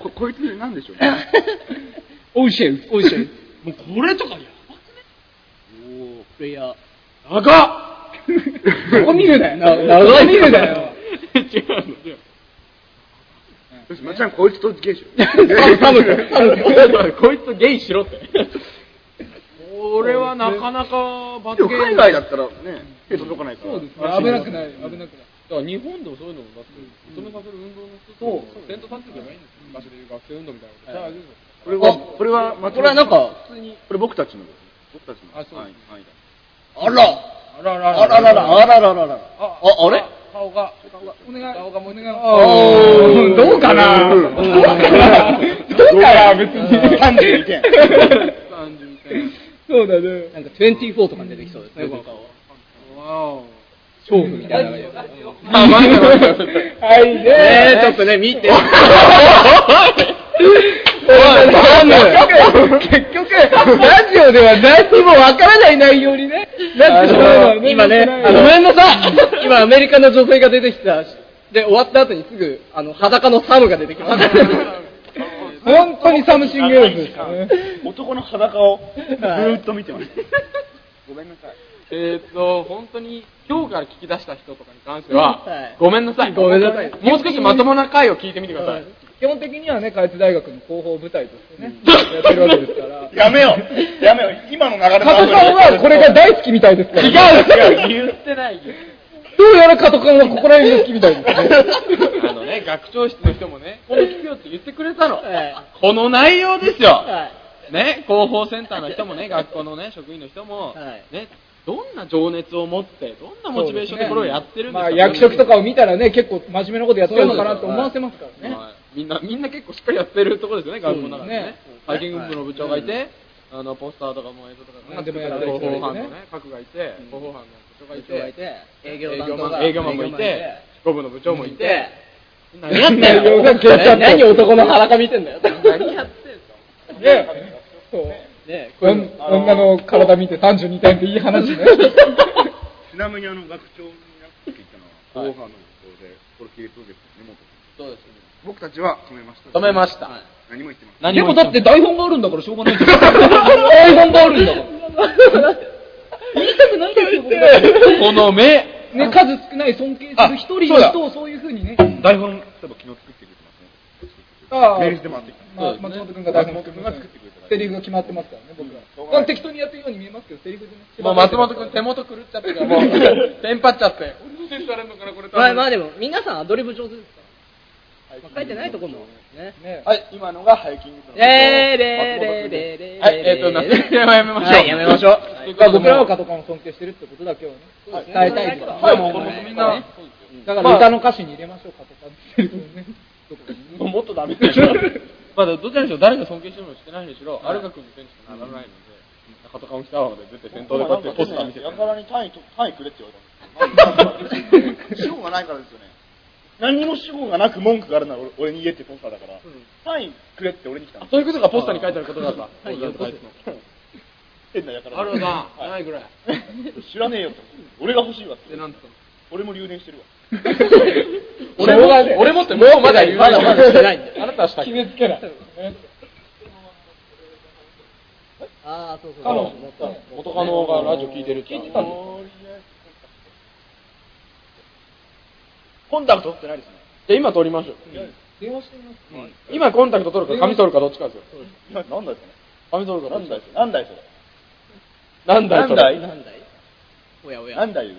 S4: ここいつなんでしょう
S16: オーシェン、オーシェン。もうこれとかやばくねおー、プレイヤー。長っ
S5: 長見るだよ。な長見るだよ。
S16: 違うの、違う。
S4: よしまっちゃんこいつとゲイしよう
S16: ハムだ
S3: こいつゲイしろって。これはなかなか罰
S4: で
S3: ゲー
S4: も
S3: ム。
S4: 海外だったらね手届かないから
S5: そうですね。危なくない、危
S2: だ
S5: なくない。
S2: から日本でもそういうのもだって、認めさせる運動の一つそう、伝統立ってじゃないんですよ。昔でいう学生運動みたい なこと。じゃあ
S4: これはこれは
S16: こ
S4: 松本
S16: れはなんか
S4: 普通にこれ僕たちの僕たちの
S2: あそう
S4: はいはい
S16: あら
S2: あら
S16: あらら
S2: ら
S16: ら、あらららら。あ、あれ
S2: 顔が、
S5: お願い。
S2: 顔がもうお願い。
S5: おーどうかなどうかなどうかな別に。
S4: 32点
S5: そうだね。
S16: なんか24とかに出てきそうですね、この顔は。勝負みたいな感じで。
S2: あ、待って待って待って。
S5: はい、ね
S16: えー、ちょっとね、見て。
S5: 結局、ラジオでは何にもわからない内容にね、なってしまうのは
S16: 今ね、あのごめんなさい今アメリカの女性が出てきた。で、終わった後にすぐ、あの、裸のサムが出てきました。
S5: 本当にサムシングルズでしたね。
S4: 男の裸をずーっと見てますごめんなさい
S2: えーっと、本当に今日から聞き出した人とかに関しては、
S16: はい
S2: ごめんなさい。
S16: ごめんなさい
S2: もう少しまともな回を聞いてみてください。
S5: 基本的にはね、開通大学の広報部隊としてね、やってるわけですから。
S4: やめようやめよう今の流れ
S5: 加藤さんはこれが大好きみたいですから。違う
S4: 言ってない
S5: どうやら加藤さんはここら辺が好きみたいですね。
S2: あのね、学長室の人もね、これ聞くよって言ってくれたの。この内容ですよ。ね、広報センターの人もね、学校のね、職員の人
S16: は
S2: も、
S16: い
S2: ね、どんな情熱を持って、どんなモチベーションでこれをやってるんですか
S5: まあ役職とかを見たらね、結構真面目なことやってるのかなと思わせますからね。
S2: はいみんな、みんな結構しっかりやってるところですよね、学校の中で
S5: そうで
S2: ね。ハイキング部の部長がいて、あの、ポスターとかも映像とかもね、
S5: 何でもやられてる
S2: 広
S5: 人が
S2: 報
S5: いてね
S2: 班のね、各がいて、広報班の部長がい
S16: 部長がい
S2: て、
S16: て営
S2: 営
S16: 業
S2: 業
S16: 担当
S2: マ
S16: が
S2: ン営業マンもいて、執行部の部長もいて、
S16: 何やってんだよ何何男の裸見てんだよ。
S2: 何やってんすか
S5: ねそう。
S16: ねこういうの
S5: 女の体見て32点っていい話ね。
S4: ちなみにあの学長になってきたのは後半の学校でこれ系統ですよね元
S16: そうですね。
S4: 僕たちは止めました
S2: 止めました。
S4: 何も言ってません
S2: 何
S5: でも
S2: 言
S5: だって台本があるんだからしょうがないじゃん台本があるんだから。言いたくないですよ、僕は
S2: この目、
S5: ね、数少ない尊敬する一人の人をそういうふうにね。
S4: 台本、例えば昨日作ってくれてますね。
S5: ああ
S4: メールしてもらってきた
S5: まあ、松本君が台本作って
S4: 松本君
S5: くれ
S4: が作ってくれた
S5: セリフが決まってますからね、僕ら。
S4: うん
S5: まあ適当にやってるように見えますけど、セリフでね。
S2: もう松本君手元狂っちゃってるから、もう、テンパっちゃって。センスあるのかな、これ
S16: まあまあでも、皆さんアドリブ上手ですから。まあ書いてないとこも。ね。
S5: ね。
S4: はい、今のがハイキング
S16: レーレーレーレーレー。
S2: はい、えっ、と、夏休みはやめましょう。
S16: はい、やめましょう。
S5: まあ僕らは加藤君を尊敬してるってことだけをね、伝えたいですから。
S2: はい、もうこのみんな、
S5: だから歌の歌詞に入れましょう、加藤さんっていうね。
S2: もうもっとダメでしょ。まあ、どちらにしろ誰が尊敬してるのしてないにしろ、アルカ君の選手にならないので、中戸上北川まで出て先頭でこうやってポスター見せて。
S4: やからに単位と、単位くれって言 われたんですよ。主語がないからですよね。何にも主語がなく文句があるなら俺俺に言えってポスターだから、単位くれって俺に来たん
S2: あ
S4: です
S2: そういうことがポスターに書いてあることだった。
S16: はい
S2: そうそうそう
S4: 変なやから。
S2: あるな、
S4: はい
S2: ないぐらい。
S4: 知らねえよって。俺が欲しいわって
S2: で、。なんつったの
S4: 俺も留年してるわ。
S2: 俺も、俺もってもうまだ言う
S16: まだまだしてないんだ
S2: あなたはしたっけ
S5: 決めつけない。ね
S16: ああ、そうそう。
S2: 彼女元カノがラジオ聞いてるって。
S5: 聞いてたんで
S2: コンタクト取ってないですね。じゃあ今取りましょう。
S5: 電話してみます
S2: 今コンタクト取るか、紙取るかどっちかですよ。
S4: なんだいそれ。
S2: 紙取るかどっちか。
S4: なんだいそれ。
S2: 何台取る
S1: なんだいおやおや。
S4: なんだいよ。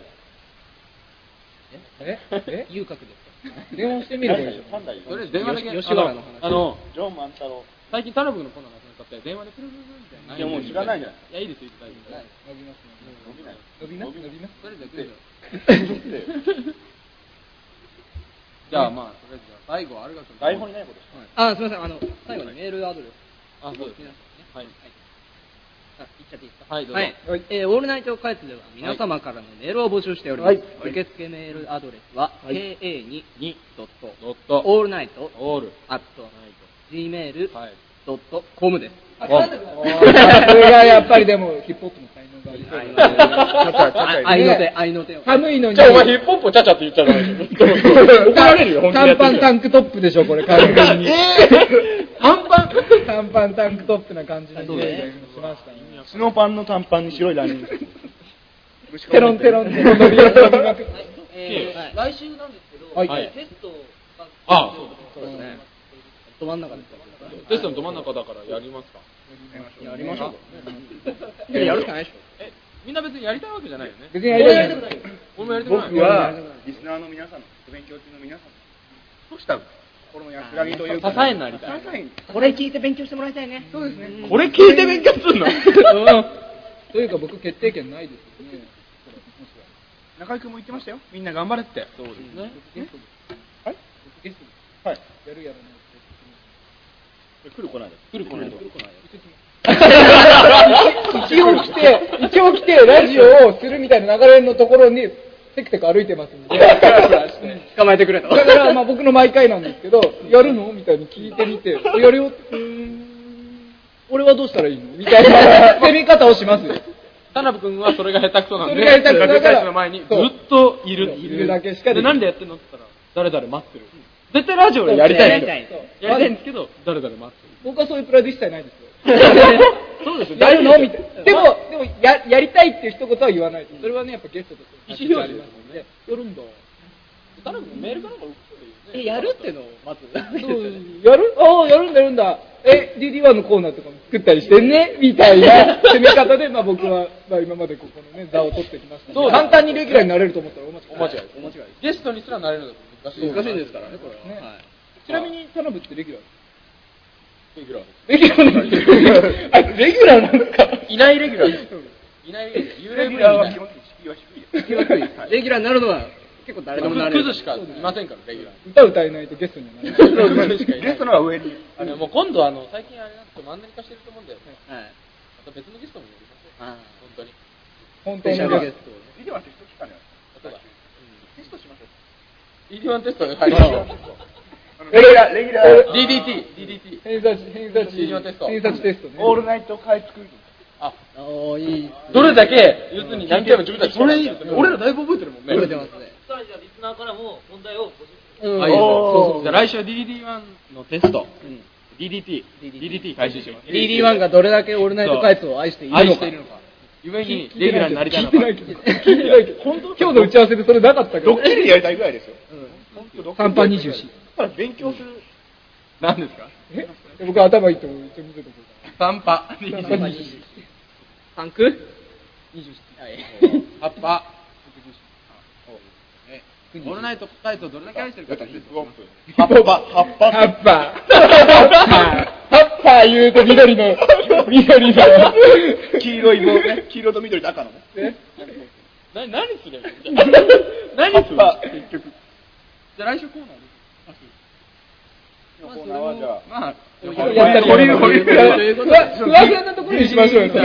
S5: え え遊郭ですか電話してみればいいじゃん
S4: なんだいよ。
S2: それ電話だけ、
S1: 吉原の話
S2: あの、
S4: ジョン万太郎。
S2: 最近タラブのコーナーなくなったって、電話でプルプルプルみたいな。
S4: いやもう時間ないじゃん
S2: いや、いいですよ、大丈夫です。
S5: 伸びますね
S4: 伸びない。
S5: 伸びな伸びな
S2: それじゃあ来るよ
S4: で
S2: じゃあまあ、とりあえずじゃあ最後、あれが君
S4: 台本にないことし
S2: はい
S1: あ、すみません、あの、最後にメールアドレス。
S2: あ、そうですね。はい。
S1: あ、言っちゃっていいですか
S2: はいどうぞ
S1: えーオールナイトカイツでは皆様からのメールを募集しております。
S2: はい
S1: 受付メールアドレスは、
S2: はい
S1: ka22.all
S2: ドット、
S1: night
S2: オール、
S1: at gmail.com
S2: はい。
S1: です。
S5: あ
S2: お
S5: なんだこれさすがやっぱりでもヒップホップの才能がありそうだね
S1: あ愛の手、愛の手を。
S5: 寒いのに
S2: じゃあお前ヒップホップをちゃちゃって言っちゃダメでしょ。怒られるよ、本当にやって
S5: 短パ
S2: る
S5: ン
S2: か
S5: タ
S2: ら。
S5: ンクトップでしょこれ完 全に 短パン短パンタンクトップな感じのイメージがしましたね
S4: スノパンの短パンに白いライ ン。
S5: テロンテロンテロン伸び伸びまくって
S1: えー来週なんですけど、
S5: はい
S1: テストが
S2: あそう
S1: ですね。止まんなかった
S2: テストのど真ん中だからやりますか。
S1: やりましょう。
S2: いや、やるしかないでしょ。え、みんな別にやりたいわけじゃないよね。
S5: 別にやりたい
S2: 俺もやりたくないよ。俺もやりたくない。
S4: 僕は、リスナーの皆さん、お勉強中の皆さん、少した心の安らぎというか、
S2: 支えになりたい
S4: 支えに
S1: これ聞いて勉強してもらいたいね。そうですね。
S4: これ聞いて勉強すんの
S5: というか僕決定権ないですよね
S4: 中居君も言ってましたよ。みんな頑張れって。そうですね。はい
S5: ゲストで
S4: はい。
S5: やるやらない
S4: 来る来ないで。
S2: 来る来ないと。
S5: 一応来て、一応来て、ラジオをするみたいな流れのところに、テクテク歩いてますんで。だ
S1: 捕まえてくれと。
S5: から、まあ僕の毎回なんですけど、やるのみたいに聞いてみて、やるよって、うーん俺はどうしたらいいのみたいな攻め方をしますよ。
S2: 田辺君はそれが下手くそなんで、
S5: それが下手くそだから
S2: 学会の前にずっといる。
S5: そういるだけしか
S2: で、
S5: できない
S2: なんでやってんのって言ったら、誰々待ってる。絶対ラジオでやりたいんだよ。
S5: そう
S2: やりたいんですけど、誰々待ってる。
S5: 僕はそういうプライド一切ないですよ。
S2: そうですよ
S5: やるのみたい
S2: な
S5: な。でも、でもや、やりたいっていう一言は言わないと。それはね、やっぱゲストとして。
S2: 意思表
S5: り
S2: 示
S5: ま
S2: ですすも
S5: の
S2: んね。やるん
S5: で
S2: だ。田辺君メールかなんか送っていい
S1: え、
S2: よね
S1: やるってのをまず。
S5: そうやるああ、やるんだ、やるんだ。え、DD1 のコーナーとかも作ったりしてんねみたいな攻め方で、まあ僕は、まあ今までここのね、座を取ってきましたんで
S2: そうだ
S5: 簡単にレギュラーになれると思ったらお間違い。
S2: お間違い
S5: お間違い。
S2: ゲストにすらなれるのが難しい。
S5: 難しいです
S2: からね、これは。
S5: ね
S1: はい
S5: ちなみに、田辺ってレギュラー
S2: レギュラーで
S5: レギュラーなんですかあ、レギュラーなんですか
S2: す。いないレギュラーです。いないレギュラー。幽霊部員みたいな
S4: は基本的に敷居は低いよ。
S1: レギュラーになるのは、結構誰でもなれ
S2: ク
S1: る
S2: ズ。しかいませんから、レギュラー。
S5: 歌歌えないとゲストにはなれない。
S2: クズしかいな
S4: ゲ
S2: い
S4: ストの方が上に。
S2: あのもう今度あの最近あれなんてマンネリ化してると思うんだよね。
S1: はい。
S2: また別のゲストも呼びましょう。
S1: あ
S2: 本当に。
S5: 本
S1: ースペ
S5: 当に
S1: シャルゲストをね。
S4: ビデオはテスト期間ね。
S2: そうだ。
S4: テストしましょう。
S2: ED1 テストで入りましょう。
S4: あのレギュラー、レギュラー。
S2: DDT、DDT。
S5: 偏差値、偏差値、
S2: 信用テスト
S5: 偏差値テストね。
S4: オールナイト開通君。
S2: あ、
S1: おー、いいっすね。
S2: どれだけ要するに何回も自分たちそれいいですね。俺らだいぶ覚えてるもんね。
S1: 取れてますね。
S2: うん。あいいですねそうそうじゃあ来週は DD1 のテスト。DDT、DDT 開始します。
S1: DD1 がどれだけオールナイトカイツを愛している
S2: 愛
S1: の
S2: し
S1: か
S2: てい。るのか。ゆえにレギュラーになりたいのか。
S5: 聞いてないけど。聞いてないけど。今日の打ち合わせでそれなかったけ
S4: ド
S5: ど
S4: ッ。キリやりたいぐらいですよ。
S5: 短パン24。
S4: ただ勉強する。
S2: 何ですか
S5: え僕頭いいと思う。一応見せとこう
S2: サンパ。
S5: かな。短パン24
S2: 27
S1: パンク
S2: 葉っぱ。オールナイトカイツをどれだけ愛してるかっていうのを
S4: 葉っぱ、葉っぱ。
S5: タッパー。タッパー言うと緑の、緑の。
S4: 黄色い棒ね。黄色と緑と赤のね。
S2: な何すればいいんだ何すればいいんだ
S4: 結局。
S2: じゃあ来週コーナーです。
S4: コーナーはじゃあ。
S2: まあ、
S4: 保
S2: 保
S4: 留
S2: 留保留保留
S5: ふわふわふわなところにしましょうよ。
S4: と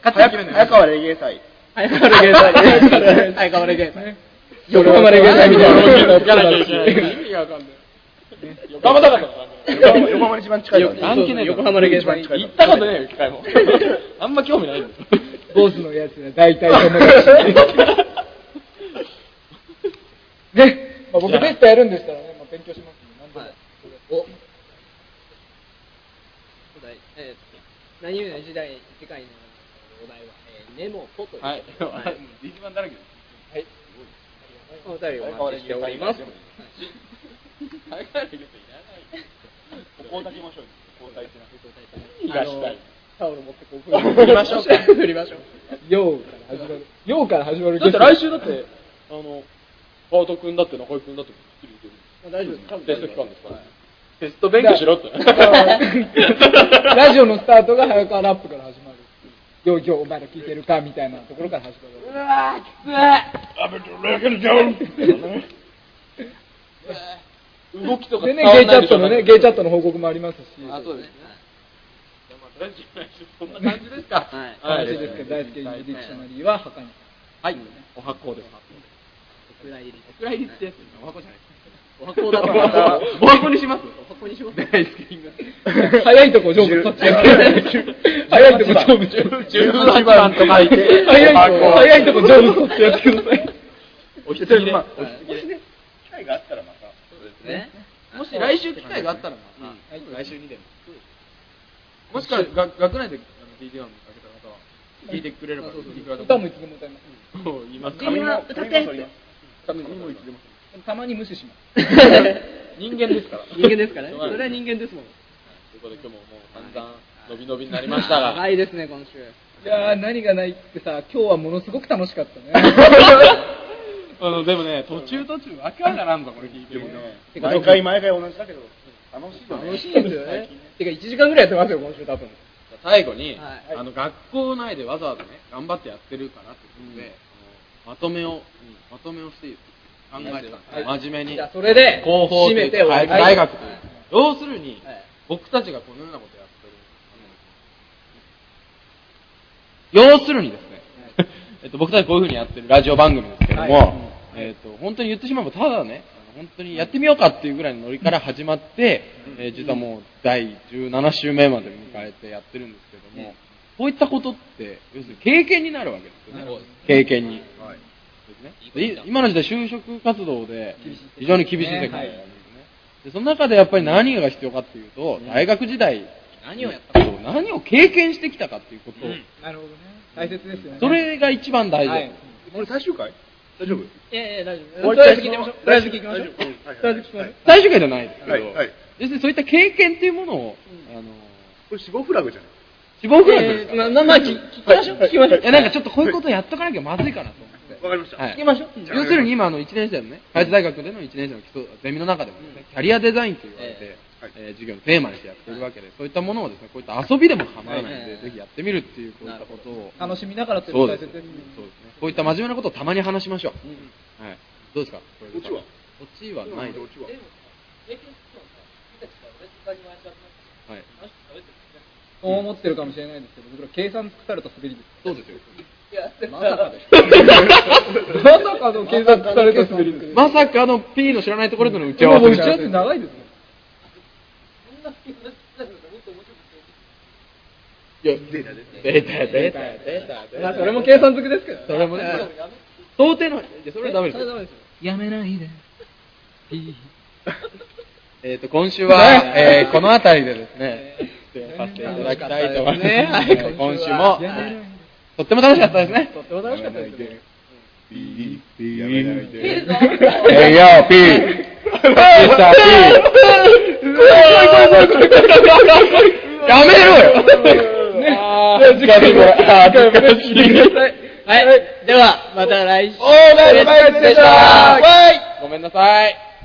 S4: 早早川レゲエ祭。
S1: 相変わらず現在。相変わらず現在。
S5: 横浜レゲエ祭みたいなのを
S2: 行かなきゃいけない。意味がわかんない。頑張ったか
S4: 横浜横浜に一番近いから
S2: 関係ない
S1: 横浜レゲエ祭
S2: 行ったことないよ、機会も。あんま興味ないんですよ。
S5: 坊主のやつは大体友 達。ね。まあ僕テストやるんでしたらね、まあ勉強しますんでなんでも
S1: はいおお題、えー、何々の時代、次回のお題は、えー、ネモポという。
S2: はい
S1: はい。
S2: 一番だらけです。
S5: はい。
S1: ありがとうございます。お便りお待ちしております。
S4: こう炊きましょうよ。こう炊いてな。
S1: いらっしゃい。タオル持ってこう
S5: 振りましょうか
S1: 振りましょう。
S5: ようから始まる。ようから始まる。
S2: だって来週だって、あの、パート君だって中居君だって、
S1: 大丈
S2: 夫テスト期間ですから。テスト勉強しろって。
S5: ラジオのスタートが早川ラップから始まる。ようようお前ら聞いてるかみたいなところから始まる。
S14: うわー、きつい。
S2: 動きとか
S5: で
S2: 伝
S5: ね、
S2: わ
S5: ゲイ
S2: ん
S5: チ
S2: な
S5: ャ
S2: い
S5: ッ
S2: でし
S5: ト
S2: ょ
S5: のね、ゲイチャットの報告もありますし。
S2: あ、そうですね。じゃあまあとりあえずそんな感じですか。はい
S5: 楽しいですけど、大輔インディクショナリーは墓に。
S2: はい。お発行です。
S1: お蔵入りです。
S2: お蔵入りってやつですねお箱じゃない
S1: お箱だと
S2: お箱 お箱にします
S1: お箱にします
S2: 大好きイング
S5: 早いとこ勝負取っちゃう。早いとこ勝負取っちゃう。
S2: 18番と書いて
S5: 早いとこ、早いとこ勝負取っちゃってください。
S2: おひつぎで。
S4: まあ、おひつぎで。機会があったらまた。そうです
S1: ね。
S3: もし来週機会があったら、まあ来週にでも。もしかが学内で DD1 見かけた方は、聞いてくれれば、いくらで
S5: 歌もいつでも歌います。
S2: もう言います。
S5: 君は歌って
S2: 髪も髪もいつでも。
S5: たまに無視します。
S2: 人間ですから。
S1: 人間ですからね。
S2: しょう
S1: そ
S2: がない
S1: れは人間ですもん。
S2: ということで今日ももう散々、伸び伸びになりましたが。
S1: はいですね、今週。
S5: いやー、何がないってさ、今日はものすごく楽しかった ね。
S2: あの、でもね、途中途中、わけわからんぞ、これ聞いてる
S5: てか
S4: 毎回毎回同じだけど、楽しいよね。
S5: 楽しいですよね。てか、1時間ぐらいやってますよ、今週多分。
S2: 最後に、
S5: はい
S2: あの、学校内でわざわざね、頑張ってやってるからってことで、あのまとめを、まとめをしていいですか考えてたんです、
S5: はい
S2: 真面目に。
S5: じゃあそれで
S2: 広報という
S5: 締めて終わり
S2: 大学という
S5: はい
S2: 要するに、
S5: はい
S2: 僕たちがこのようなことやってる。あの要するにですね、 えっと、僕たちこういうふうにやってるラジオ番組ですけれども、
S4: はい
S2: えっと、本当に言ってしまえば、ただね、あの本当にやってみようかっていうぐらいのノリから始まって、えー実はもう第17週目まで迎えてやってるんですけども、こういったことって、要するに経験になるわけですよね。経験に。で今の時代、就職活動で非常に厳しい世界なんですね。でその中でやっぱり何が必要かっていうと、大学時代、
S1: 何をやった
S2: そう何を経験してきたかっていうこと、
S5: なるほどね。大切ですよね。
S2: それが一番大事だと思う、
S5: はい
S4: 俺最終回大丈夫
S1: ええ、大丈夫。
S4: 終
S1: と
S4: わり
S1: りあえず聞いてみましょう。
S4: 大丈夫
S1: とりあえず聞いてみましょう。
S4: 大丈夫です
S2: 最終回じゃないですけど、
S4: はいはい
S2: 要するにそういった経験っていうものを、あの
S4: これ死亡フラグじゃない
S2: 死亡フラグですか、
S1: えーまあまあ聞聞きましょう聞きましょう
S2: いやなんかちょっとこういうことやっとかなきゃまずいかなと思って。
S4: わかりました。
S2: はい、
S1: きましょう
S2: 要するに今あの1年生のね、開発大学での1年生の基礎ゼミの中でもですね、キャリアデザインと言われて、えー授業のテーマにしてやってるわけで、そういったものをですね、こういった遊びでも構わないので、
S1: はい
S2: ぜひやってみるっていうこういったことを、
S5: 楽しみながらっていう
S2: そ
S5: の
S2: う
S5: が
S2: で
S5: 大
S2: す
S5: 切
S2: ね
S5: ですね。
S2: そうですね。こういった真面目なことをたまに話しましょう。はい。どうですか
S4: オチは
S2: 落ちはないです。
S4: オチは
S2: はい。
S5: そう思ってるかもしれないですけど、僕ら計算尽くされた滑りです。
S2: そうですよ。
S5: まさかです。まさかの計算尽くされた滑りです。
S2: まさかの P の知らないところでの打ち
S5: で
S2: 合
S5: も
S2: わ
S5: も
S2: せ
S5: う
S2: み
S5: 打ち
S2: た
S5: 合
S2: いな
S5: わせ長いですね。
S2: いや、データデータやデータやデータやデータ
S5: まあそれも計算尽くですけどね。
S2: それもね、想定の、いや、それはダメですよ。
S13: やめないで。
S2: えっと、今週は、えーこの辺りでですね、出演させていただきたいと思います。
S5: 楽しかったですねはい
S2: 今週も、
S5: やめない
S2: はいとっても楽しかったですね。
S5: とっても楽しかったですね。
S8: ピー、ピー、やめないで。
S2: えいよ、ピー。ミスター P やめろよ
S5: ね、
S2: あ
S5: じゃあ
S2: ー、
S5: 次
S2: 次回
S5: 回も
S2: も、あー、
S5: 次回も
S2: 懐かしい。
S1: はい。では、また来週。
S2: おーナイスバイスでした
S1: わーい
S2: ごめんなさい。